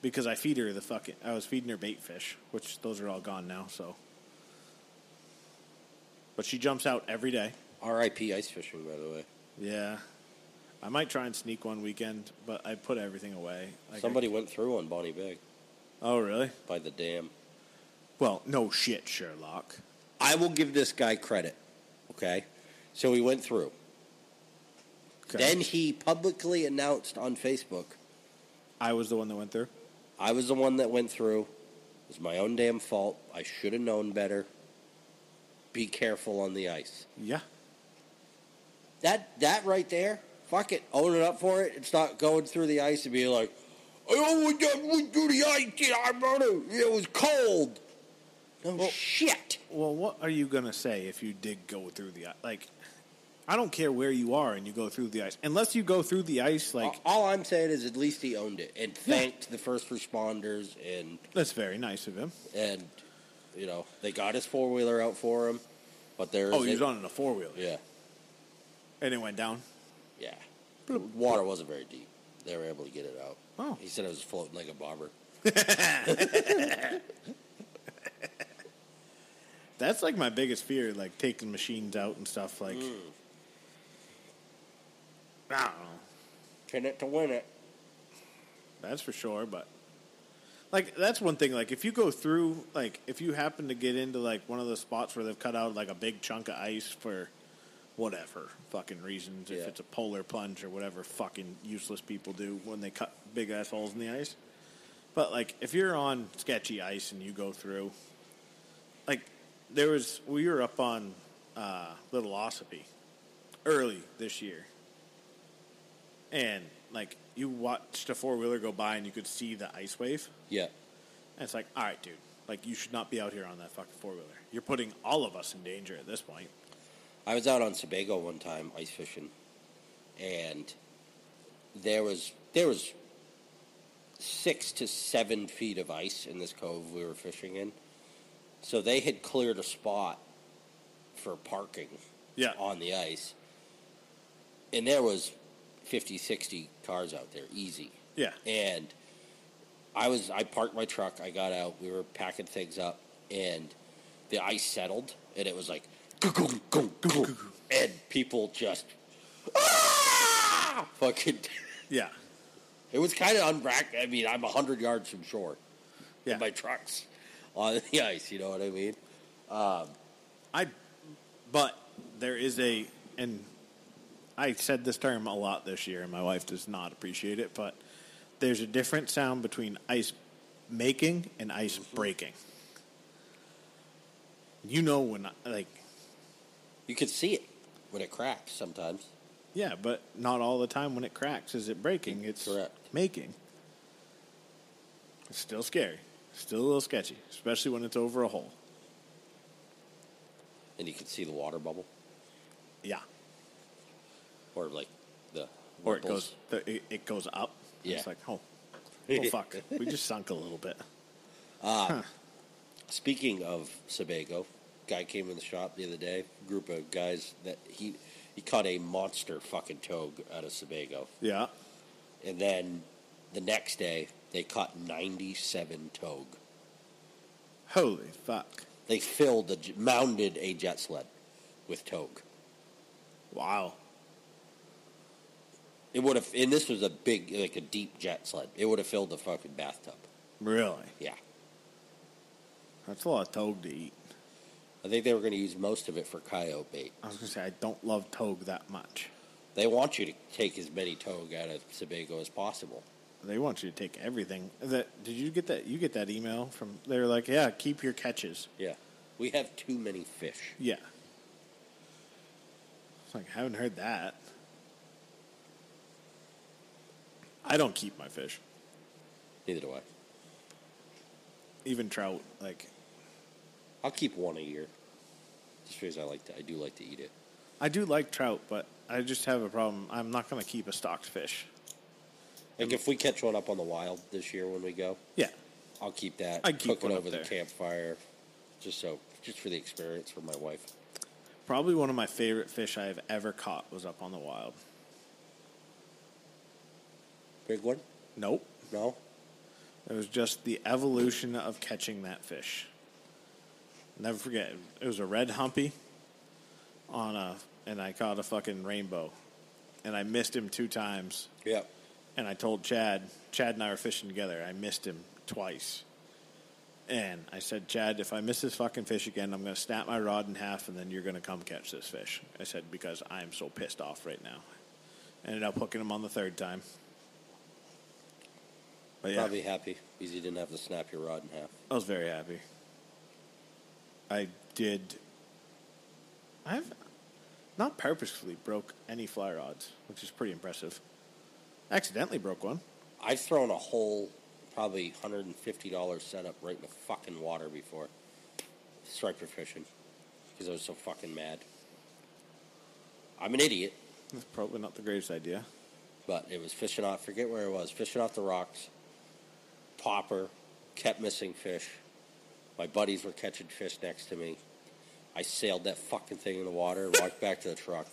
S2: Because I feed her the fucking I was feeding her bait fish, which those are all gone now, so but she jumps out every day.
S3: R.I.P. ice fishing, by the way.
S2: Yeah. I might try and sneak one weekend, but I put everything away. Like I-
S3: Somebody went through on Bonnie Big
S2: oh, really?
S3: by the dam.
S2: Well, no shit, Sherlock.
S3: I will give this guy credit. Okay, so he went through.
S2: Okay.
S3: Then he publicly announced on Facebook,
S2: I was the one that went through.
S3: "I was the one that went through. It was my own damn fault. I should have known better. Be careful on the ice."
S2: Yeah.
S3: That that right there, fuck it, own it up for it. It's not going through the ice and being like, "Oh, we got- we through the ice. Yeah, I brought it. It was cold." No shit.
S2: Well, what are you going to say if you did go through the ice? Like, I don't care where you are and you go through the ice. Unless you go through the ice, like,
S3: all all I'm saying is at least he owned it and thanked the first responders and
S2: that's very nice of him.
S3: and you know they got his four wheeler out for him, but there is
S2: Oh, he was
S3: a-
S2: on in a four wheeler.
S3: yeah
S2: And it went down.
S3: yeah water wasn't very deep. They were able to get it out.
S2: Oh.
S3: He said it was floating like a barber.
S2: That's like my biggest fear, like taking machines out and stuff. Like,
S3: Hmm.
S2: I don't know.
S3: Turn it to win it.
S2: That's for sure, but like that's one thing. Like if you go through, like if you happen to get into like one of the spots where they've cut out like a big chunk of ice for whatever fucking reasons, if
S3: Yeah.
S2: it's a polar plunge or whatever fucking useless people do when they cut big ass holes in the ice. But like if you're on sketchy ice and you go through, like there was we were up on uh, Little Ossipee early this year, and like you watched a four wheeler go by and you could see the ice wave.
S3: Yeah.
S2: And it's like, all right, dude, like you should not be out here on that fucking four wheeler. You're putting all of us in danger at this point.
S3: I was out on Sebago one time ice fishing, and there was there was six to seven feet of ice in this cove we were fishing in. So they had cleared a spot for parking
S2: Yeah.
S3: on the ice, and there was 50, 60 cars out there, easy.
S2: Yeah.
S3: And I was I parked my truck. I got out. We were packing things up, and the ice settled, and it was like, "Guggle, guggle, guggle," and people just "Ah!" fucking. <laughs>
S2: Yeah.
S3: It was kind of unbrack. I mean, I'm hundred yards from shore.
S2: Yeah.
S3: in my trucks on the <laughs> ice. You know what I mean?
S2: I, but there is a, and I said this term a lot this year, and my wife does not appreciate it, but there's a different sound between ice making and ice breaking. You know when, I, like,
S3: You could see it when it cracks sometimes.
S2: yeah, but not all the time when it cracks is it breaking. It's
S3: Correct.
S2: making. It's still scary. Still a little sketchy, especially when it's over a hole.
S3: and you can see the water bubble
S2: Yeah.
S3: or like the
S2: Or it
S3: ripples.
S2: goes th- it, it goes up.
S3: Yeah.
S2: It's like, oh, oh fuck. we just sunk a little bit.
S3: Speaking of Sebago, guy came in the shop the other day. Group of guys that he he caught a monster fucking togue out of Sebago,
S2: Yeah.
S3: and then the next day they caught ninety seven togue.
S2: Holy fuck.
S3: They filled a j- mounded a jet sled with togue.
S2: Wow.
S3: It would have, and this was a big, like a deep jet sled. It would have filled the fucking bathtub.
S2: Really?
S3: Yeah.
S2: That's a lot of toad to eat.
S3: I think they were going to use most of it for coyote bait.
S2: I was gonna say I don't love toad that much.
S3: They want you to take as many togue out of Sebago as possible.
S2: They want you to take everything. That did you get that? You get that email from? They were like, yeah, keep your catches.
S3: Yeah. We have too many fish.
S2: Yeah. It's like I haven't heard that. I don't keep my fish,
S3: Neither do I.
S2: even trout. Like
S3: I'll keep one a year. Just because I like to, I do like to eat it.
S2: I do like trout, but I just have a problem. I'm not gonna keep a stocked fish.
S3: Like if we catch one up on the wild this year when we go,
S2: Yeah,
S3: I'll keep that.
S2: I'd keep
S3: cook
S2: one
S3: it
S2: up
S3: over
S2: there.
S3: the campfire, just so, just for the experience for my wife.
S2: probably one of my favorite fish I have ever caught was up on the wild.
S3: Big one?
S2: Nope.
S3: No.
S2: It was just the evolution of catching that fish. Never forget. It was a red humpy on a, and I caught a fucking rainbow, and I missed him two times.
S3: Yeah.
S2: And I told Chad. Chad and I were fishing together. I missed him twice. And I said, Chad, if I miss this fucking fish again, I'm going to snap my rod in half, and then you're going to come catch this fish. I said because I am so pissed off right now. Ended up hooking him on the third time. But yeah.
S3: Probably happy because you didn't have to snap your rod in half.
S2: I was very happy. I did. I've not purposefully broke any fly rods, which is pretty impressive. Accidentally broke one.
S3: I've thrown a whole probably hundred and fifty dollar setup right in the fucking water before striper fishing because I was so fucking mad. I'm an idiot,
S2: That's probably not the greatest idea.
S3: but it was fishing off. Forget where it was. Fishing off the rocks. Popper kept missing fish. My buddies were catching fish next to me. I sailed that fucking thing in the water and walked back to the truck.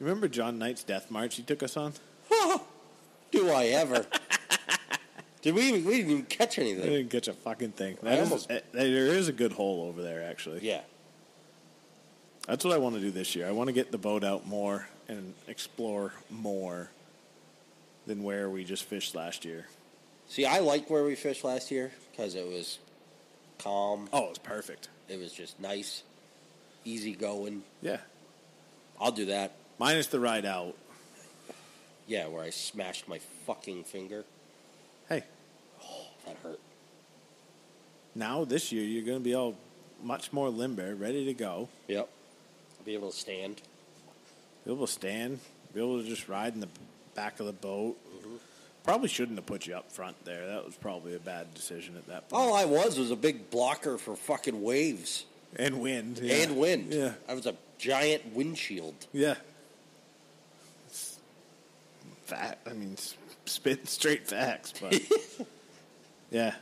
S2: Remember John Knight's death march he took us on?
S3: Do I ever? Did we even? We didn't even catch
S2: I
S3: anything.
S2: didn't catch a fucking thing.
S3: I
S2: That is,
S3: almost-
S2: eh, there is a good hole over there, actually.
S3: Yeah.
S2: That's what I want to do this year. I want to get the boat out more and explore more than where we just fished last year.
S3: See, I like where we fished last year because it was calm.
S2: Oh, it was perfect.
S3: It was just nice, easy going.
S2: Yeah.
S3: I'll do that.
S2: Minus the ride out.
S3: Yeah, where I smashed my fucking finger.
S2: Hey,
S3: That hurt.
S2: now this year you're going to be all much more limber, ready to go.
S3: Yep. I'll be able to stand.
S2: Be able to stand, be able to just ride in the back of the boat.
S3: Mm-hmm.
S2: Probably shouldn't have put you up front there. That was probably a bad decision at that point.
S3: All I was was a big blocker for fucking waves
S2: and wind. yeah.
S3: and wind.
S2: Yeah.
S3: I was a giant windshield.
S2: Yeah. It's Fat. I mean, s- spit <laughs> straight facts,
S3: <laughs>
S2: but yeah.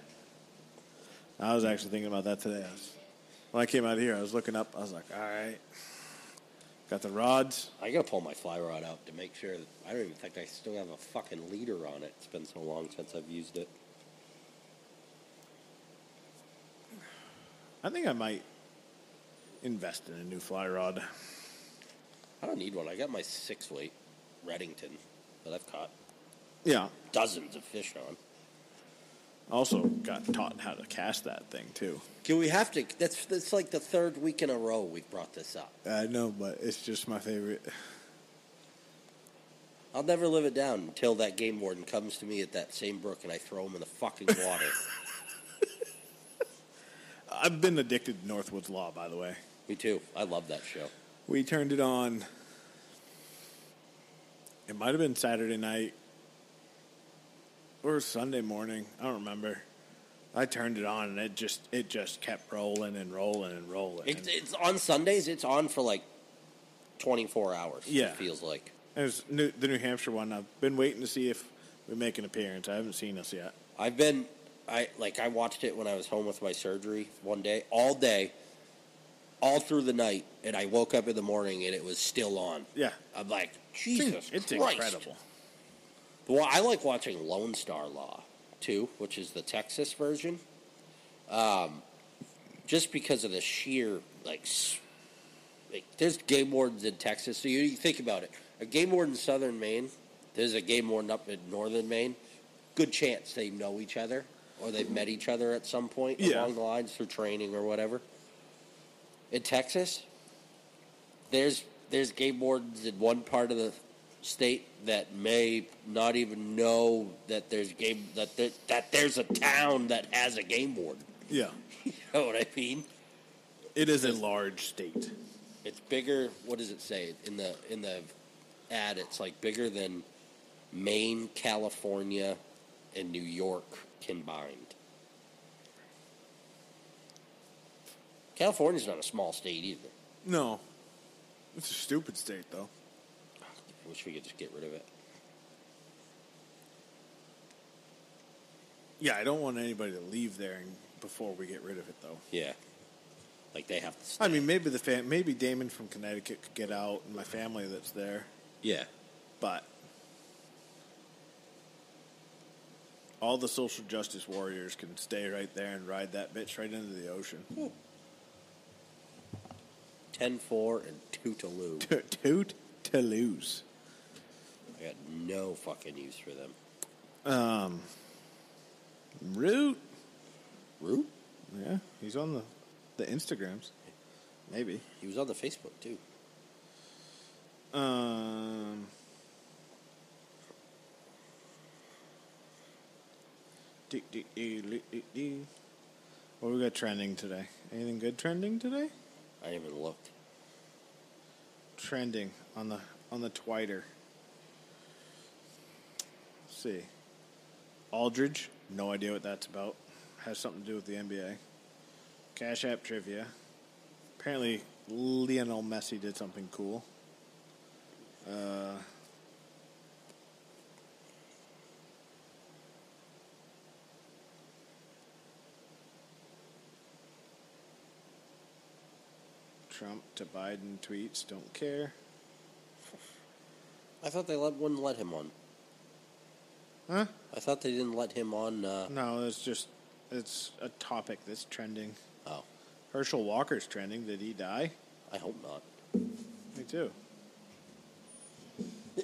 S2: I was actually thinking about that today. I was, when I came out here, I was looking up. I was like, all right, got the rods.
S3: I gotta pull my fly rod out to make sure. That, I don't even think I still have a fucking leader on it. It's been so long since I've used it.
S2: I think I might invest in a new fly rod.
S3: I don't need one. I got my six weight Reddington that I've caught
S2: Yeah.
S3: dozens of fish on.
S2: Also, got taught how to cast that thing too.
S3: Can we have to? That's that's like the third week in a row we've brought this up.
S2: I know, but it's just my favorite.
S3: I'll never live it down until that game warden comes to me at that same brook and I throw him in the fucking <laughs> water.
S2: I've been addicted to Northwoods Law, by the way.
S3: me too. I love that show.
S2: We turned it on. It might have been Saturday night or Sunday morning. I don't remember. I turned it on and it just it just kept rolling and rolling and rolling.
S3: It's, it's on Sundays. It's on for like twenty four hours.
S2: Yeah.
S3: it feels like.
S2: There's new, the New Hampshire one. I've been waiting to see if we make an appearance. I haven't seen us yet.
S3: I've been I like I watched it when I was home with my surgery one day, all day, all through the night, and I woke up in the morning and it was still on.
S2: Yeah,
S3: I'm like, Jesus
S2: it's
S3: Christ.
S2: incredible.
S3: Well, I like watching Lone Star Law too, which is the Texas version. Um, just because of the sheer like s- like, there's game wardens in Texas. So you, you think about it. A game warden in southern Maine, there's a game warden up in northern Maine. Good chance they know each other or they've met each other at some point
S2: Yeah.
S3: along the lines through training or whatever. In Texas, there's there's game wardens in one part of the state that may not even know that there's game that there, that there's a town that has a game warden. <laughs>
S2: Yeah.
S3: You know what I mean?
S2: It is a large state.
S3: It's bigger. What does it say in the in the ad? It's like bigger than Maine, California, and New York combined. California's not a small state either.
S2: No. It's a stupid state, though.
S3: I wish we could just get rid of it.
S2: Yeah, I don't want anybody to leave there and, before we get rid of it, though.
S3: Yeah, like they have to. Stay.
S2: I mean, maybe the fam- maybe Damon from Connecticut could get out, and my family that's there.
S3: yeah,
S2: But all the social justice warriors can stay right there and ride that bitch right into the ocean. <laughs>
S3: 10-4 and two to lose.
S2: To- Toot to lose.
S3: I got no fucking use for them.
S2: Root.
S3: Root?
S2: Yeah, he's on the the Instagrams. Maybe.
S3: He was on the Facebook too.
S2: Um. Do, do, do, do, do, do. What we got trending today? Anything good trending today?
S3: I didn't even looked.
S2: Trending on the on the Twitter. Let's see. Aldridge, no idea what that's about. Has something to do with the NBA. Cash App trivia. Apparently, Lionel Messi did something cool. Trump to Biden tweets, don't care.
S3: I thought they let, wouldn't let him on.
S2: Huh?
S3: I thought they didn't let him on. Uh,
S2: No, it's just it's a topic that's trending.
S3: oh,
S2: Herschel Walker's trending. Did he die?
S3: I hope not.
S2: Me too.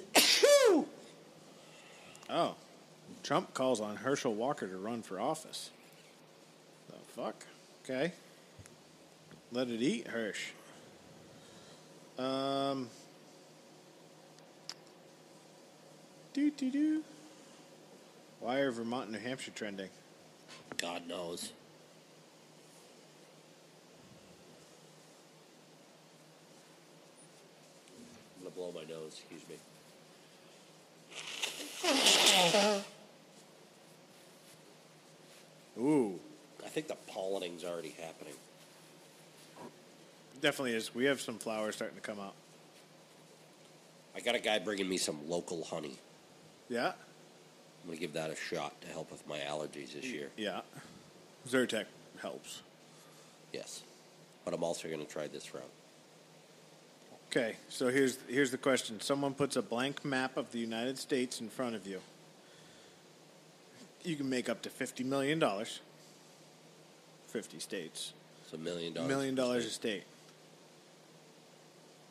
S2: <coughs> oh, Trump calls on Herschel Walker to run for office. The fuck? Okay. Let it eat, Hirsch. Um. Do do do. Why are Vermont and New Hampshire trending?
S3: God knows. I'm gonna blow my nose. Excuse me.
S2: <laughs> Ooh,
S3: I think the pollining's already happening.
S2: definitely is. We have some flowers starting to come out.
S3: I got a guy bringing me some local honey.
S2: Yeah.
S3: I'm gonna give that a shot to help with my allergies
S2: Mm.
S3: this year.
S2: Yeah. Zyrtec helps.
S3: Yes, but I'm also gonna try this route.
S2: Okay, so here's here's the question. Someone puts a blank map of the United States in front of you. You can make up to fifty million dollars. Fifty states.
S3: It's a million dollars.
S2: Million dollars a state.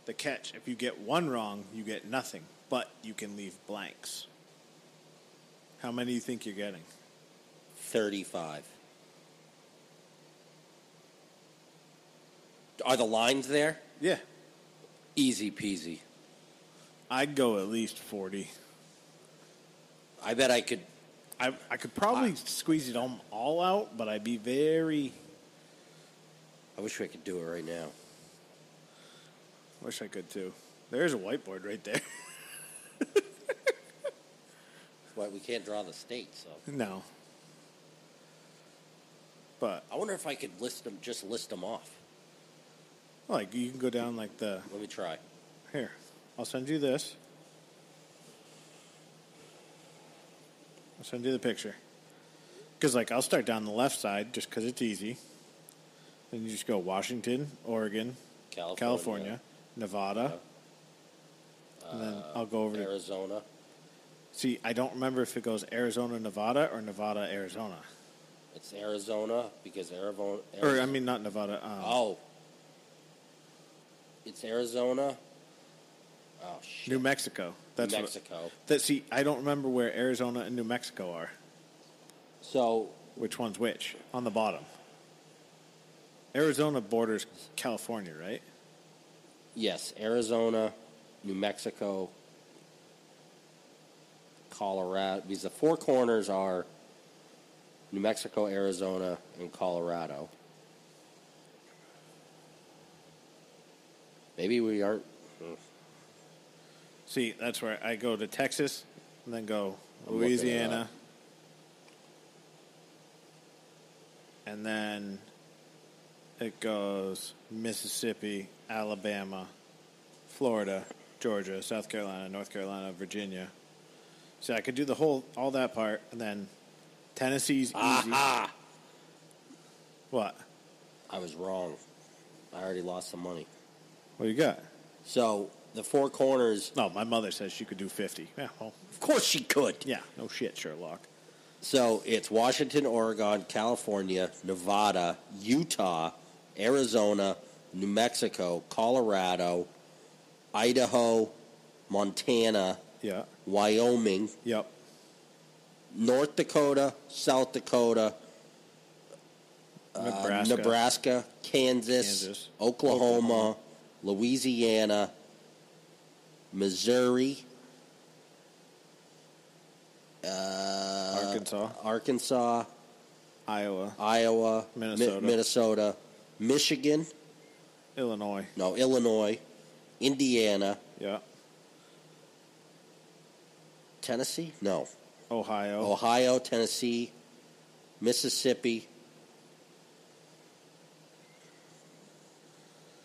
S2: The catch, if you get one wrong, you get nothing, but you can leave blanks. How many do you think you're getting?
S3: Thirty-five. Are the lines there?
S2: Yeah.
S3: Easy peasy.
S2: I'd go at least forty.
S3: I bet I could.
S2: I, I could probably
S3: I-
S2: squeeze it all, all out, but I'd be very.
S3: I wish I could do it right now.
S2: Wish I could too. There's a whiteboard right there. <laughs>
S3: Well, we can't draw the state, so
S2: no. But
S3: I wonder if I could list them. Just list them off.
S2: like you can go down like the
S3: Let me try.
S2: here. I'll send you this. I'll send you the picture. Cause like I'll start down the left side just because it's easy. Then you just go Washington, Oregon,
S3: California,
S2: California, Nevada, and then I'll go over to
S3: Arizona.
S2: See, I don't remember if it goes Arizona, Nevada, or Nevada, Arizona.
S3: It's Arizona because Arizona.
S2: uh, Or I mean, not Nevada. Um,
S3: oh, it's Arizona. Oh shit.
S2: New Mexico. That's what-
S3: Mexico.
S2: that see, I don't remember where Arizona and New Mexico are.
S3: So
S2: Which one's which? On the bottom. Arizona borders California, right?
S3: yes, Arizona, New Mexico, Colorado. Because the four corners are New Mexico, Arizona, and Colorado. Maybe we aren't.
S2: See, that's where I go to Texas and then go
S3: I'm looking it
S2: Louisiana.
S3: up.
S2: And then it goes Mississippi, Alabama, Florida, Georgia, South Carolina, North Carolina, Virginia. So I could do the whole all that part and then Tennessee's easy.
S3: Aha!
S2: What?
S3: I was wrong. I already lost some money.
S2: What you got?
S3: So the four corners.
S2: No, my mother says she could do fifty. Yeah, well,
S3: Of course she could.
S2: yeah, no shit, Sherlock.
S3: So it's Washington, Oregon, California, Nevada, Utah, Arizona, New Mexico, Colorado, Idaho, Montana,
S2: Yeah.
S3: Wyoming,
S2: Yep.
S3: North Dakota, South Dakota, uh, Nebraska, Kansas,
S2: Kansas,
S3: Oklahoma,
S2: Oklahoma.
S3: Louisiana, Missouri, uh,
S2: Arkansas.
S3: Arkansas,
S2: Iowa,
S3: Iowa, Mi-
S2: Minnesota.
S3: Minnesota, Michigan,
S2: Illinois.
S3: no, Illinois, Indiana,
S2: Yeah.
S3: Tennessee, no, Oh.
S2: Ohio.
S3: Ohio, Tennessee, Mississippi,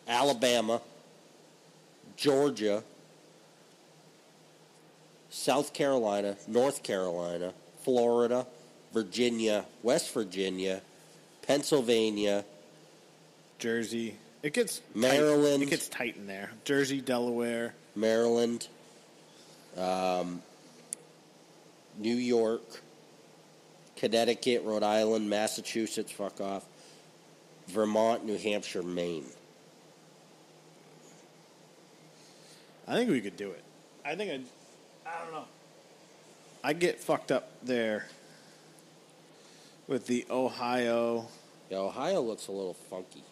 S3: Alabama, Georgia, South Carolina, North Carolina, Florida, Virginia, West Virginia, Pennsylvania,
S2: Jersey. It gets tight-
S3: Maryland.
S2: It gets tight in there. Jersey, Delaware,
S3: Maryland, um, New York, Connecticut, Rhode Island, Massachusetts, fuck off, Vermont, New Hampshire, Maine.
S2: I think we could do it. I think I. I don't know. I get fucked up there with the Ohio.
S3: Yeah, Ohio looks a little funky.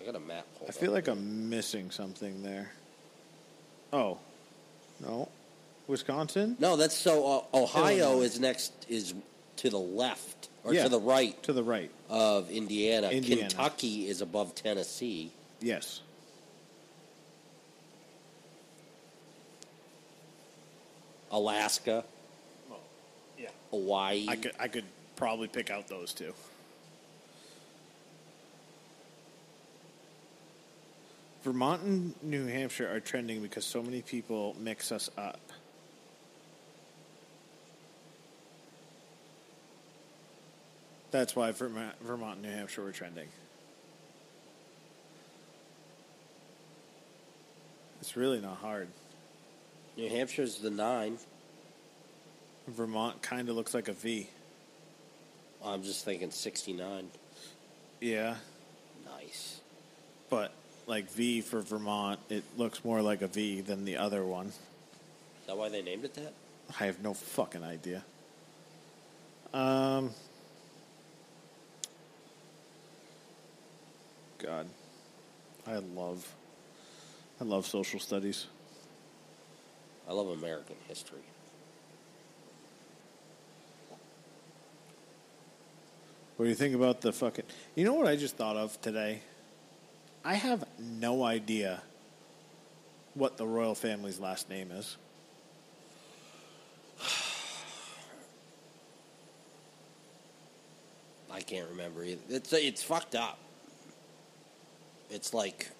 S3: I got a map. Pulled
S2: I feel like I'm missing something there. Oh, no, Wisconsin
S3: no, that's so. Uh, Ohio
S2: Illinois.
S3: is next is to the left or
S2: Yeah.
S3: to the right
S2: to the right.
S3: of Indiana.
S2: Indiana.
S3: Kentucky is above Tennessee.
S2: Yes.
S3: Alaska,
S2: Yeah.
S3: Hawaii.
S2: I could. I could probably pick out those two. Vermont and New Hampshire are trending because so many people mix us up. That's why Vermont, Vermont and New Hampshire were trending. It's really not hard.
S3: New Hampshire's the nine.
S2: Vermont kind of looks like a V.
S3: I'm just thinking 69.
S2: Yeah,
S3: Nice.
S2: But like V for Vermont, it looks more like a V than the other one.
S3: Is that why they named it that?
S2: I have no fucking idea. Um. God, I love, I love social studies.
S3: I love American history.
S2: What do you think about the fucking? You know what I just thought of today? I have no idea what the royal family's last name is.
S3: I can't remember either. It's it's fucked up. It's like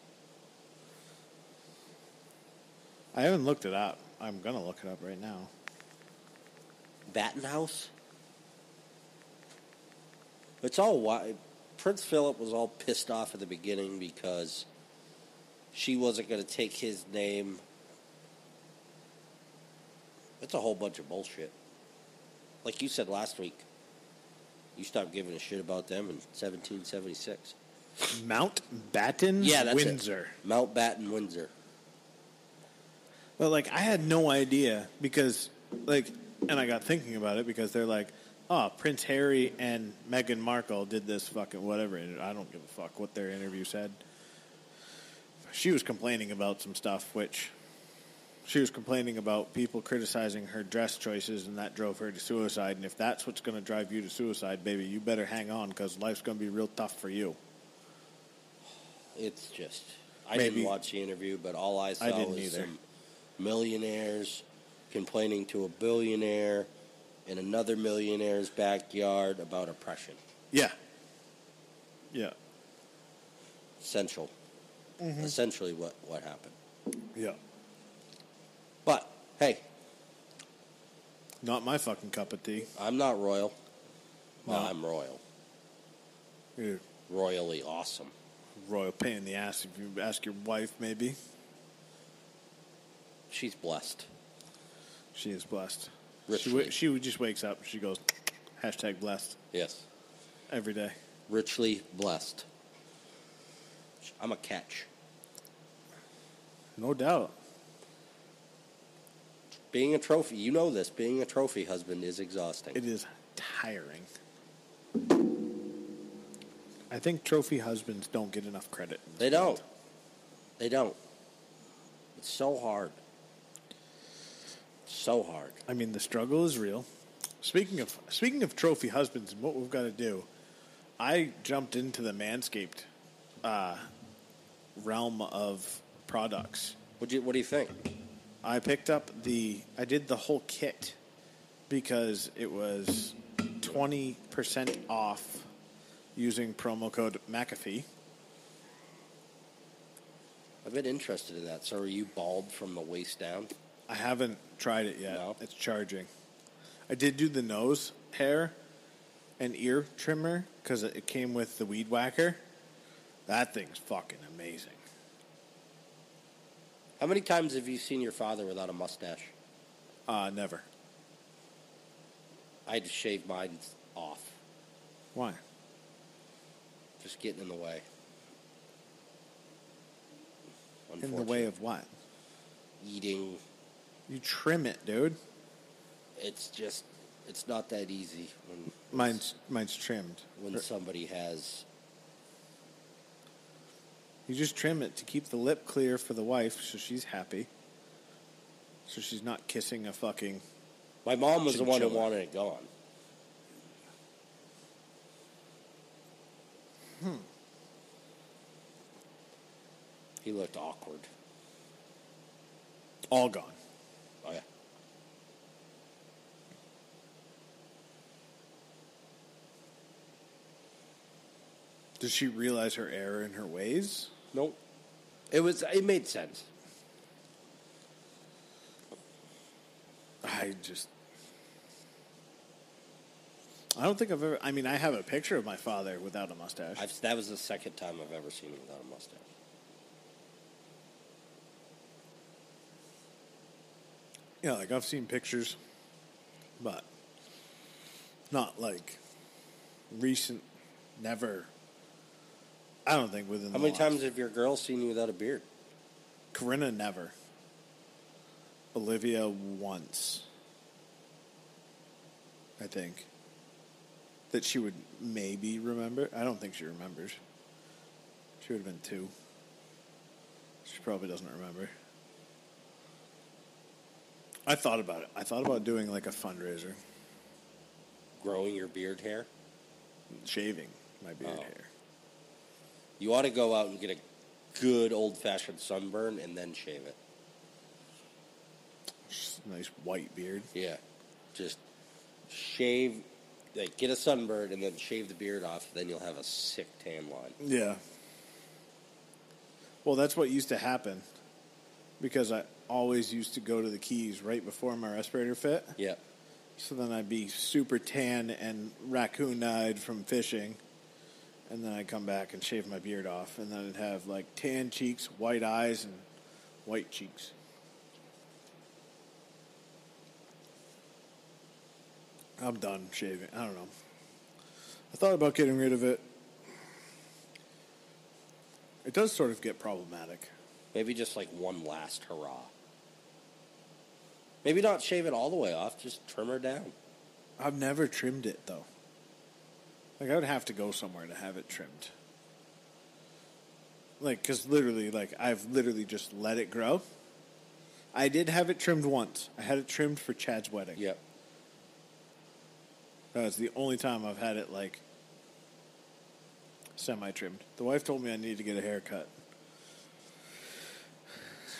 S2: I haven't looked it up. I'm gonna look it up right now.
S3: Battenhouse. It's all why Prince Philip was all pissed off at the beginning because she wasn't going to take his name. It's a whole bunch of bullshit. Like you said last week, you stopped giving a shit about them in 1776.
S2: Mountbatten,
S3: Yeah, that's it.
S2: Windsor.
S3: Mountbatten, Windsor.
S2: But like I had no idea because like and I got thinking about it because they're like, oh, Prince Harry and Meghan Markle did this fucking whatever. And I don't give a fuck what their interview said. She was complaining about some stuff which she was complaining about people criticizing her dress choices and that drove her to suicide and if that's what's going to drive you to suicide baby you better hang on cuz life's going to be real tough for you.
S3: It's just I
S2: Maybe.
S3: didn't watch the interview, but all I saw
S2: didn't
S3: was
S2: either.
S3: some millionaires complaining to a billionaire in another millionaire's backyard about oppression.
S2: Yeah. Yeah.
S3: Essential,
S2: Mm-hmm.
S3: essentially, what what happened.
S2: Yeah.
S3: But hey,
S2: Not my fucking cup of tea.
S3: I'm not royal. Well,
S2: No.
S3: I'm royal,
S2: Yeah.
S3: royally awesome.
S2: royal pain in the ass if you ask your wife maybe
S3: She's blessed.
S2: she is blessed she,
S3: Richly,
S2: w- she just wakes up and she goes hashtag blessed
S3: yes,
S2: every day
S3: richly blessed. I'm a catch.
S2: no doubt
S3: Being a trophy, you know this. Being a trophy husband is exhausting.
S2: it is tiring i think trophy husbands don't get enough credit in this
S3: They don't.
S2: world.
S3: They don't. It's so hard. So hard.
S2: i mean the struggle is real speaking of speaking of trophy husbands and what we've got to do i jumped into the manscaped uh, realm of products
S3: What you? What do you think?
S2: I picked up the I did the whole kit because it was twenty percent off using promo code McAfee.
S3: I've been interested in that. So are you bald from the waist down?
S2: I haven't tried it yet.
S3: No.
S2: It's charging. I did do the nose hair and ear trimmer because it it came with the weed whacker. That thing's fucking amazing.
S3: How many times have you seen your father without a mustache?
S2: Uh, never.
S3: I had to shave mine off.
S2: Why?
S3: Just getting in the way.
S2: In the way
S3: Unfortunately.
S2: of what?
S3: eating,
S2: You trim it, dude.
S3: it's just, it's not that easy when
S2: Mine's mine's trimmed.
S3: when somebody has
S2: You just trim it to keep the lip clear for the wife so she's happy. So she's not kissing a fucking.
S3: My mom was the one who
S2: Chinchilla.
S3: wanted it gone. Hmm. He looked awkward.
S2: All gone.
S3: Oh yeah.
S2: Does she realize her error in her ways?
S3: Nope. It was. It made sense.
S2: I just. I don't think I've ever. I mean, I have a picture of my father without a mustache.
S3: I've, that was the second time I've ever seen him without a mustache.
S2: yeah, like I've seen pictures, but not like recent. Never. I don't think within.
S3: How
S2: the
S3: many
S2: last-
S3: times have your girl seen you without a beard?
S2: Corinna never. Olivia once. I think. That she would maybe remember. I don't think she remembers. She would have been two. She probably doesn't remember. I thought about it. I thought about doing like a fundraiser,
S3: Growing your beard hair.
S2: shaving my beard
S3: Oh.
S2: hair.
S3: You ought to go out and get a good old fashioned sunburn and then shave it.
S2: Just a nice white beard.
S3: Yeah. Just shave, like get a sunburn and then shave the beard off. Then you'll have a sick tan line.
S2: Yeah. Well, that's what used to happen because I always used to go to the keys right before my respirator fit.
S3: Yeah.
S2: So then I'd be super tan and raccoon eyed from fishing. And then I'd come back and shave my beard off. And then I'd have like tan cheeks, white eyes, and white cheeks. I'm done shaving. I don't know. I thought about getting rid of it. It does sort of get problematic.
S3: Maybe just like one last hurrah. Maybe not shave it all the way off, just trim her down.
S2: I've never trimmed it though. Like I would have to go somewhere to have it trimmed. Like cuz literally like I've literally just let it grow. I did have it trimmed once. I had it trimmed for Chad's wedding.
S3: Yep.
S2: That was the only time I've had it like semi trimmed. The wife told me I needed to get a haircut.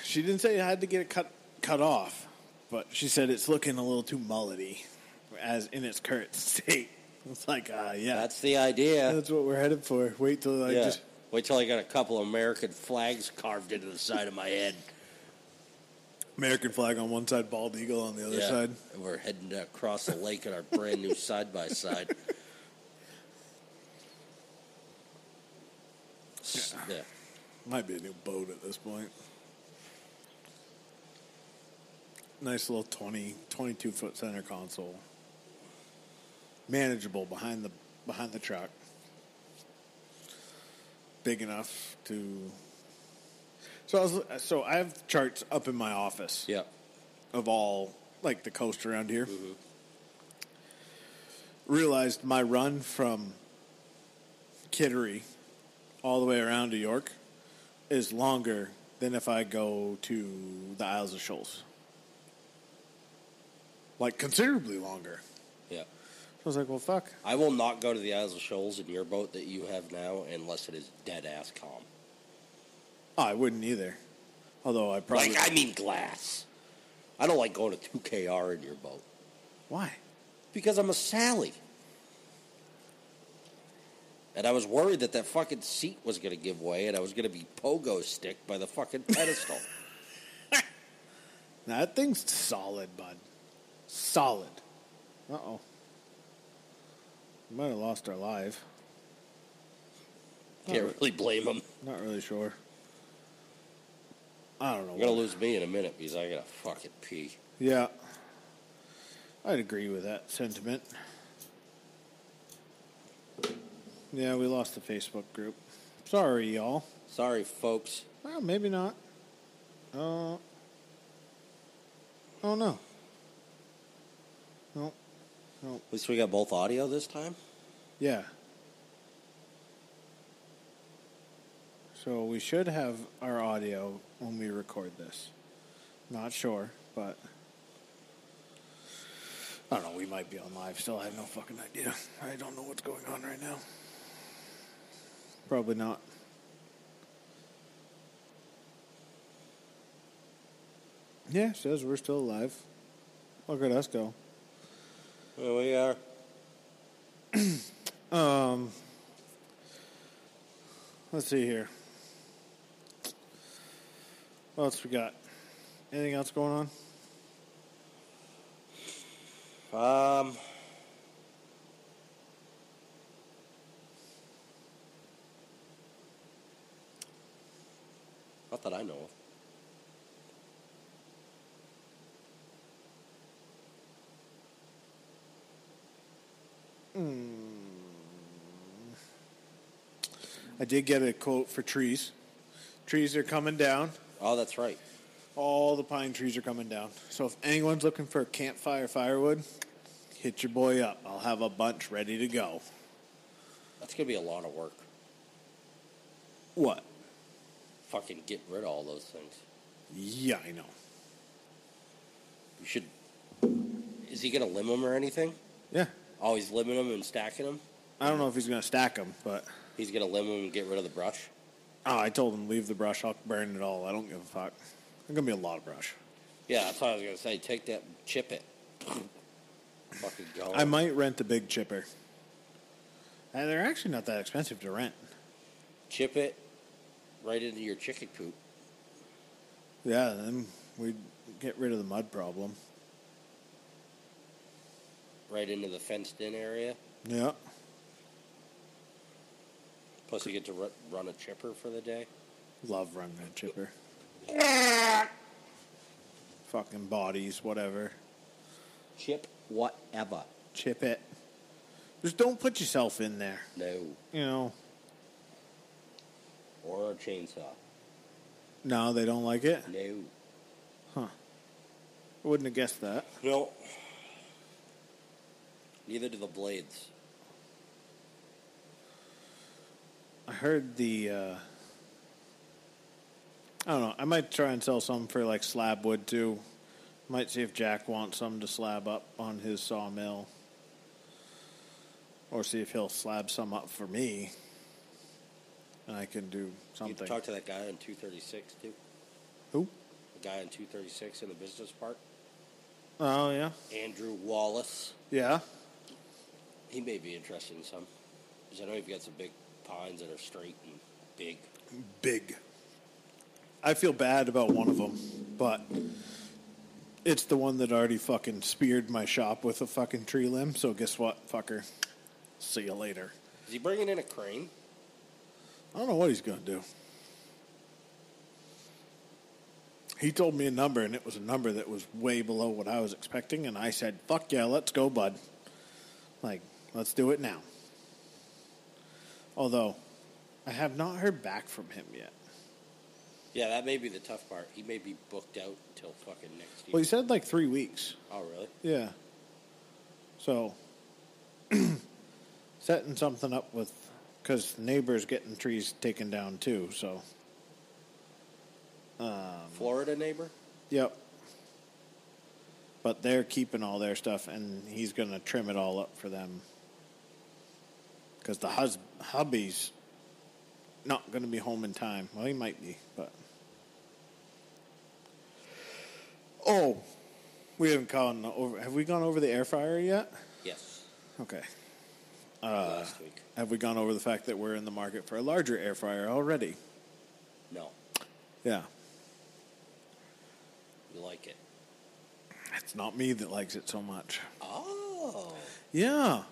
S2: She didn't say I had to get it cut cut off, but she said it's looking a little too mullety as in its current <laughs> state. It's like, ah, yeah. That's,
S3: That's the idea.
S2: what we're headed for. Wait till I
S3: yeah.
S2: just
S3: Wait till I got a couple American flags carved into the side of my head.
S2: American flag on one side, bald eagle on the <laughs> other
S3: Yeah.
S2: side.
S3: And we're heading across the lake in our brand new side
S2: <laughs>
S3: by side. Yeah.
S2: Might be a new boat at this point. Nice little 20, 22 foot center console. Manageable behind the behind the truck. Big enough to. So I was, so I have charts up in my office
S3: Yeah.
S2: of all like the coast around here.
S3: Mm-hmm.
S2: Realized my run from Kittery all the way around to York is longer than if I go to the Isles of Shoals. Like considerably longer.
S3: Yeah.
S2: I was like, well, fuck.
S3: I will not go to the Isles of Shoals in your boat that you have now unless it is dead ass calm.
S2: Oh, I wouldn't either. Although I probably
S3: Like I mean glass. I don't like going to two KR in your boat.
S2: why
S3: Because I'm a Sally. And I was worried that that fucking seat was going to give way and I was going to be pogo stick by the fucking pedestal.
S2: Nah, that thing's solid, bud. Solid. Uh oh. Might have lost our live.
S3: Can't really blame him.
S2: Not really sure. I don't know.
S3: You're
S2: what-
S3: going to lose me in a minute because I got to fucking pee.
S2: Yeah. I'd agree with that sentiment. Yeah, we lost the Facebook group. Sorry, y'all.
S3: Sorry, folks.
S2: Well, maybe not. Uh, oh, no. No. No.
S3: At least we got both audio this time.
S2: Yeah. So we should have our audio when we record this. Not sure, but I don't know. We might be on live still. I have no fucking idea. I don't know what's going on right now. Probably not. Yeah, it says we're still alive. Look at us go.
S3: There we are.
S2: Let's see here. What else we got? Anything else going on?
S3: Um, not that I know of.
S2: I did get a quote for trees. Trees are coming down.
S3: Oh, that's right.
S2: All the pine trees are coming down. So if anyone's looking for campfire firewood, hit your boy up. I'll have a bunch ready to go.
S3: That's gonna be a lot of work.
S2: What?
S3: Fucking get rid of all those things.
S2: Yeah, I know.
S3: You should. Is he gonna limb them or anything?
S2: Yeah.
S3: Oh, he's limbing them and stacking them.
S2: I don't know if he's going to stack them, but
S3: He's gonna limb them and get rid of the brush.
S2: oh, I told him leave the brush. I'll burn it all. I don't give a fuck. There's going to be a lot of brush.
S3: Yeah, that's what I was gonna say. Take that, and chip it. <coughs> Fucking go.
S2: I might rent the big chipper. And Uh, they're actually not that expensive to rent.
S3: chip it right into your chicken coop.
S2: Yeah, then we'd get rid of the mud problem.
S3: right into the fenced in area.
S2: Yeah.
S3: Plus, you get to ru- run a chipper for the day.
S2: Love running a chipper. Fucking bodies, whatever.
S3: Chip whatever.
S2: Chip it. Just don't put yourself in there.
S3: No.
S2: You know.
S3: or a chainsaw.
S2: No, they don't like it.
S3: No.
S2: I wouldn't have guessed that.
S3: No. Neither do the blades.
S2: I heard the. Uh, I don't know. I might try and sell some for like slab wood too. Might see if Jack wants some to slab up on his sawmill, or see if he'll slab some up for me, and I can do
S3: You
S2: something.
S3: talk to that guy on 236 too.
S2: Who?
S3: The guy on 236 in the business park,
S2: Oh yeah,
S3: Andrew Wallace.
S2: yeah.
S3: He may be interested in some. Because I know you've got some big pines that are straight and big.
S2: big. I feel bad about one of them, but it's the one that already fucking speared my shop with a fucking tree limb. So guess what, fucker? See you later.
S3: Is he bringing in a crane?
S2: I don't know what he's gonna do. He told me a number, and it was a number that was way below what I was expecting, and I said, "Fuck yeah, let's go, bud. Like, let's do it now." Although, I have not heard back from him yet.
S3: Yeah, that may be the tough part. He may be booked out until fucking next year.
S2: Well, he said like three weeks.
S3: oh, really?
S2: Yeah. So, <clears throat> setting something up with, because neighbors getting trees taken down too. So,
S3: Florida neighbor?
S2: yep. But they're keeping all their stuff, and he's gonna trim it all up for them. Because the hus- hubby's not gonna be home in time. Well, he might be, but. Oh, we haven't gone over. Have we gone over the air fryer yet?
S3: Yes.
S2: Okay.
S3: Uh, last week.
S2: Have we gone over the fact that we're in the market for a larger air fryer already?
S3: No.
S2: Yeah.
S3: You like it.
S2: It's not me that likes it so much.
S3: Oh.
S2: Yeah.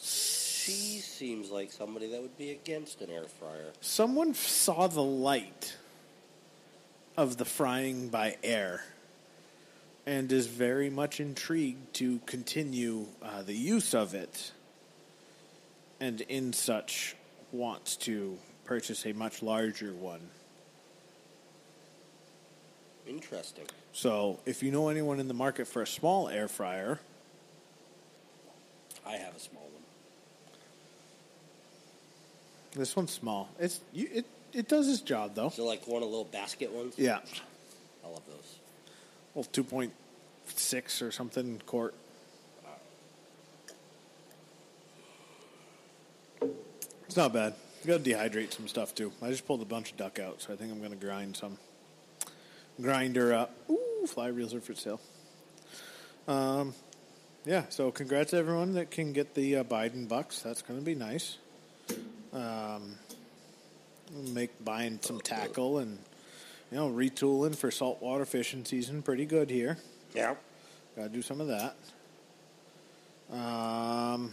S3: She seems like somebody that would be against an air fryer.
S2: Someone f- saw the light of the frying by air and is very much intrigued to continue uh, the use of it and, in such, wants to purchase a much larger one.
S3: Interesting.
S2: So, if you know anyone in the market for a small air fryer,
S3: I have a small one.
S2: This one's small. It's you, it it does its job though.
S3: So like one of the little basket ones?
S2: Yeah,
S3: I love those.
S2: well, two point six or something quart. It's not bad. You gotta dehydrate some stuff too. I just pulled a bunch of duck out, so I think I'm gonna grind some. Grinder up. Ooh, fly reels are for sale. Um, yeah. So congrats to everyone that can get the uh, Biden bucks. That's gonna be nice. make buying some tackle and you know retooling for saltwater fishing season pretty good here
S3: Yeah.
S2: gotta do some of that um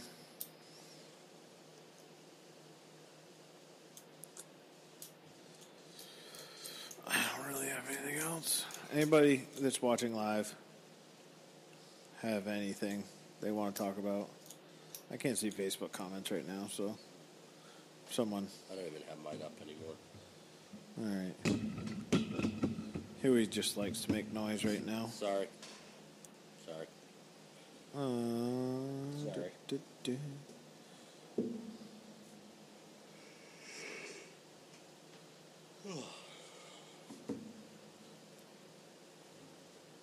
S2: I don't really have anything else. Anybody that's watching live have anything they want to talk about? I can't see Facebook comments right now, so someone
S3: I don't even have mine up anymore.
S2: all right. Huey just likes to make noise right now.
S3: Sorry. Sorry.
S2: Uh,
S3: Sorry.
S2: du- du- du.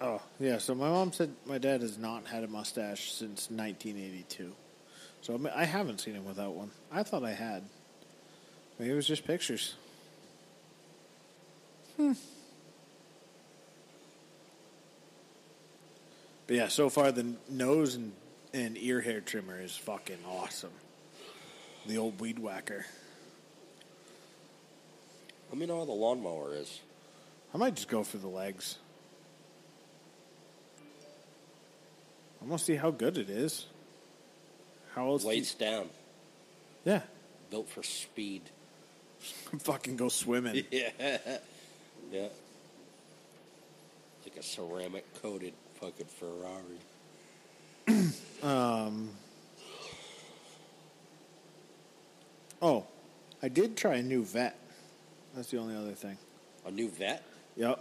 S2: Oh, yeah. So my mom said my dad has not had a mustache since 1982. So I, mean, I haven't seen him without one. I thought I had. Maybe it was just pictures. But yeah, so far the nose and, and ear hair trimmer is fucking awesome. The old weed whacker.
S3: Let me know how the lawnmower is.
S2: I might just go for the legs. I'm gonna see how good it is. How else? do you-
S3: Weights down.
S2: yeah, <laughs>
S3: Built for speed. <laughs>
S2: fucking go swimming.
S3: Yeah. yeah. Like a ceramic coated fucking Ferrari.
S2: Oh, I did try a new vet. That's the only other thing.
S3: A new vet?
S2: Yep.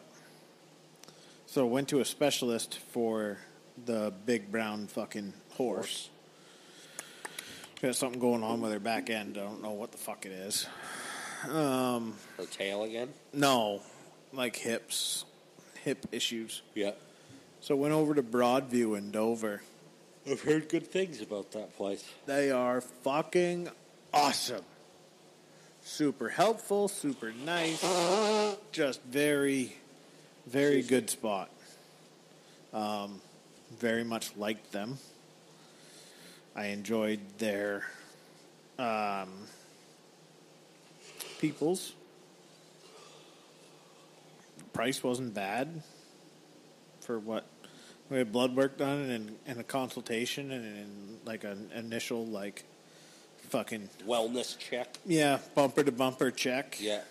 S2: So went to a specialist for the big brown fucking horse. Got something going on with her back end. I don't know what the fuck it is.
S3: Her tail again?
S2: No, like hips, hip issues.
S3: Yeah.
S2: So went over to Broadview in Dover.
S3: I've heard good things about that place.
S2: They are fucking awesome. Super helpful, super nice. Just very, very good spot. Um, very much liked them. I enjoyed their um, peoples. Price wasn't bad for what we had blood work done and, and a consultation and, and like an initial like fucking
S3: Wellness check.
S2: yeah bumper to bumper check
S3: Yeah.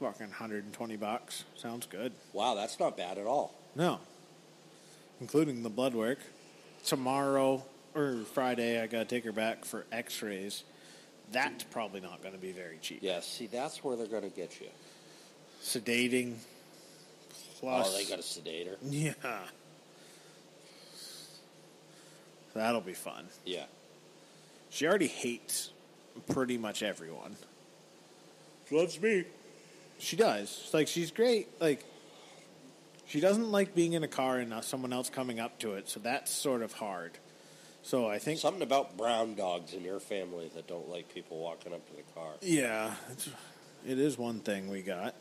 S2: fucking 120 bucks sounds good
S3: Wow, that's not bad at all.
S2: no including the blood work tomorrow or friday i gotta take her back for x-rays that's probably not gonna be very cheap
S3: Yeah, see, that's where they're going to get you.
S2: sedating plus
S3: Oh, they got a sedator.
S2: yeah that'll be fun
S3: Yeah.
S2: She already hates pretty much everyone.
S3: That's me.
S2: She does. It's Like she's great. Like she doesn't like being in a car and uh, someone else coming up to it. So that's sort of hard. So I think
S3: Something about brown dogs in your family that don't like people walking up to the car.
S2: yeah, it's, it is one thing we got.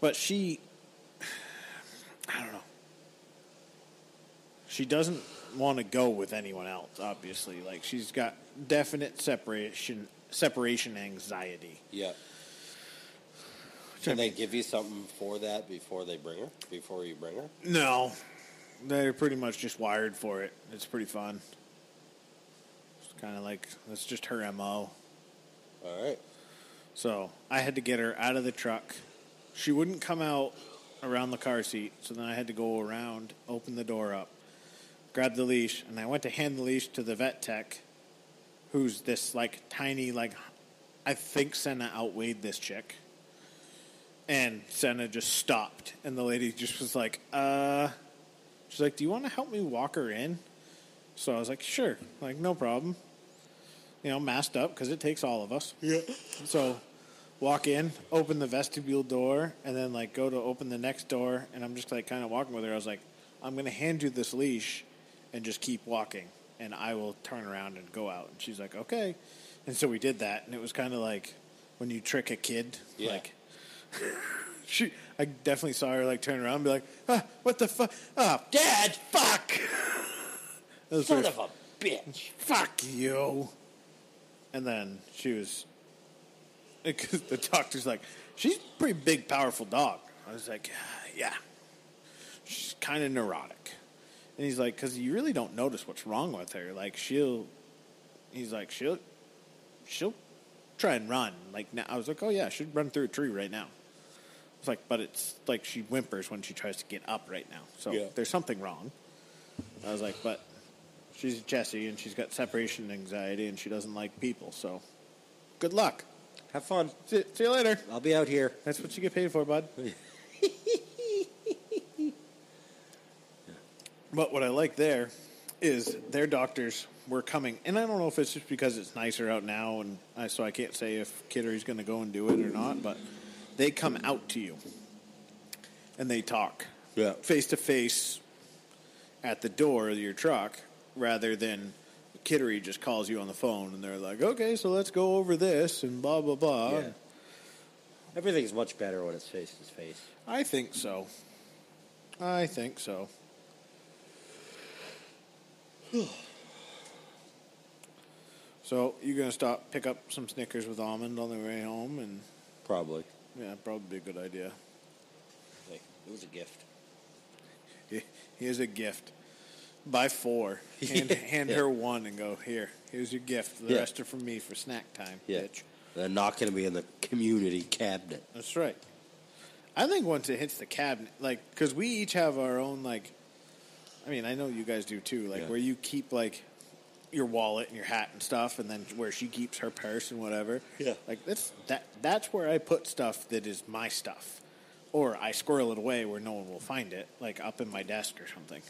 S2: But she, I don't know. She doesn't want to go with anyone else. Obviously, like she's got definite separation separation anxiety.
S3: Yeah. Can they give you something for that before they bring her? Before you bring her?
S2: No, they're pretty much just wired for it. It's pretty fun. It's kind of like that's just her mo.
S3: All right.
S2: So I had to get her out of the truck. She wouldn't come out around the car seat, so then I had to go around, open the door up, grab the leash, and I went to hand the leash to the vet tech, who's this like tiny like I think Senna outweighed this chick. And Senna just stopped, and the lady just was like, "Uh," she's like, "Do you want to help me walk her in?" So I was like, "Sure, like no problem." You know, masked up because it takes all of us. Yeah. So, walk in, open the vestibule door, and then like go to open the next door, and I'm just like kind of walking with her. I was like, "I'm gonna hand you this leash, and just keep walking, and I will turn around and go out." And she's like, "Okay," and so we did that, and it was kind of like when you trick a kid,
S3: Yeah.
S2: like she I definitely saw her like turn around and be like, ah, what the fuck? Ah,
S3: Dad!
S2: fuck! <laughs> That was
S3: Son
S2: her-
S3: of a bitch!
S2: fuck you. And then she was, because the doctor's like, she's a pretty big, powerful dog. I was like, yeah. She's kind of neurotic. And he's like, because you really don't notice what's wrong with her. Like, she'll, he's like, she'll, she'll try and run. Like, now, I was like, oh yeah, she'd run through a tree right now. It's like, but it's like she whimpers when she tries to get up right now. So
S3: Yeah.
S2: there's something wrong. I was like, but she's a Jessie and she's got separation anxiety and she doesn't like people. So good luck.
S3: Have fun.
S2: See, see you later.
S3: I'll be out here.
S2: That's what you get paid for, bud. but what I like there is their doctors were coming, and I don't know if it's just because it's nicer out now, and I, so I can't say if Kittery's going to go and do it or not. But they come out to you, and they talk
S3: Yeah.
S2: face to face at the door of your truck, rather than Kittery just calls you on the phone and they're like, "Okay, so let's go over this and blah blah blah."
S3: Yeah. Everything's much better when it's face to face.
S2: I think so. I think so. <sighs> so you're gonna stop, pick up some Snickers with almond on the way home, and
S3: Probably.
S2: yeah, probably be a good idea.
S3: Like, it was a gift.
S2: He- Here's a gift. Buy four, hand, hand her one, and go here. Here's your gift. The
S3: Yeah.
S2: rest are from me for snack time, bitch.
S3: They're not going to be in the community cabinet.
S2: That's right. I think once it hits the cabinet, like, because we each have our own, like, I mean, I know you guys do too, like,
S3: Yeah.
S2: where you keep, like, your wallet and your hat and stuff, and then where she keeps her purse and whatever.
S3: Yeah.
S2: like that's that. That's where I put stuff that is my stuff, or I squirrel it away where no one will find it, like up in my desk or something.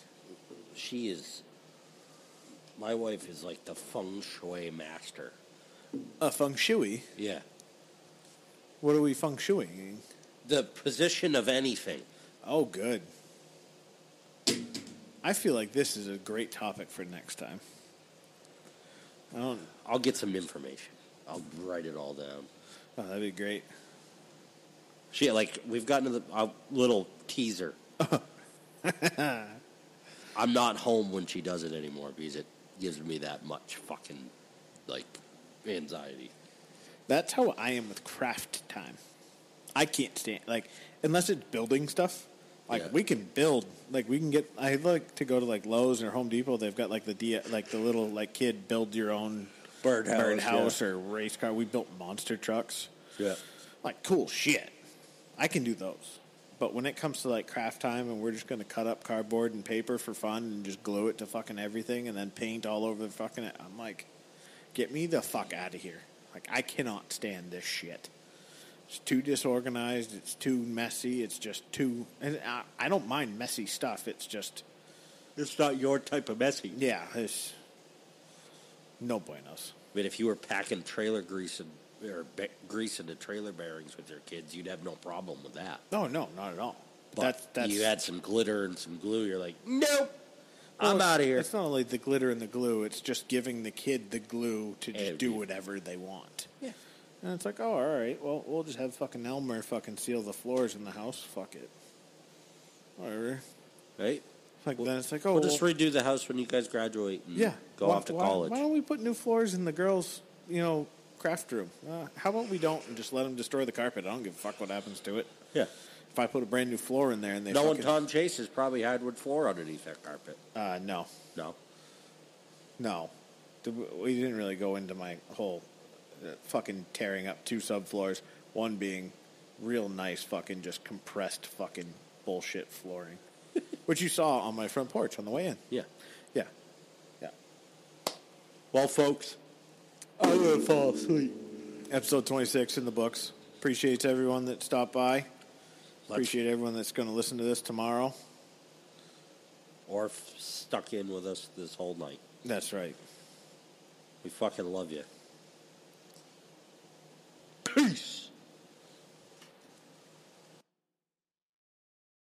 S3: She is. My wife is like the feng shui master.
S2: A feng shui.
S3: Yeah.
S2: What are we feng shuiing?
S3: The position of anything.
S2: Oh, good. I feel like this is a great topic for next time. I don't.
S3: I'll get some information. I'll write it all down.
S2: Oh, that'd be great.
S3: She like we've gotten to the a little <laughs> teaser. I'm not home when she does it anymore because it gives me that much fucking like anxiety.
S2: That's how I am with craft time. I can't stand like unless it's building stuff. Like
S3: Yeah.
S2: we can build, like we can get. I like to go to like Lowe's or Home Depot. They've got like the D, like the little like kid build your own
S3: Birdhouse,
S2: birdhouse or race car. We built monster trucks.
S3: Yeah.
S2: like cool shit. I can do those. But when it comes to like craft time and we're just going to cut up cardboard and paper for fun and just glue it to fucking everything and then paint all over the fucking I'm like get me the fuck out of here. Like I cannot stand this shit. It's too disorganized, it's too messy, it's just too and I, I don't mind messy stuff. It's just
S3: It's not your type of messy.
S2: yeah, it's no buenos.
S3: But if you were packing trailer grease and or ba- grease into trailer bearings with your kids, you'd have no problem with that.
S2: No, no, not at all.
S3: But
S2: that's that's
S3: you had some glitter and some glue. You're like, nope, I'm out of here.
S2: It's not only the glitter and the glue; it's just giving the kid the glue to just
S3: Every-
S2: do whatever they want.
S3: Yeah.
S2: And it's like, oh, all right, well, we'll just have fucking Elmer fucking seal the floors in the house. Fuck it, whatever.
S3: Right?
S2: Like
S3: We'll-
S2: then it's like, oh,
S3: we'll just
S2: well,
S3: redo the house when you guys graduate. And
S2: yeah,
S3: Go
S2: why-
S3: off to
S2: why-
S3: college.
S2: Why don't we put new floors in the girls' you know craft room? Uh, how about we don't and just let them destroy the carpet? I don't give a fuck what happens to it.
S3: yeah.
S2: If I put a brand new floor in there and they
S3: No one
S2: fucking,
S3: Tom chases probably hardwood floor underneath that carpet.
S2: uh, no,
S3: No.
S2: No, The- we didn't really go into my whole uh, fucking tearing up two subfloors. One being real nice, fucking just compressed, fucking bullshit flooring, which you saw on my front porch on the way in.
S3: Yeah.
S2: Yeah, yeah.
S3: Well, folks, I'm going to fall asleep.
S2: Episode twenty six in the books. Appreciates everyone that stopped by.
S3: Let's,
S2: Appreciate everyone that's going to listen to this tomorrow.
S3: or f- stuck in with us this whole night.
S2: That's right.
S3: We fucking love you.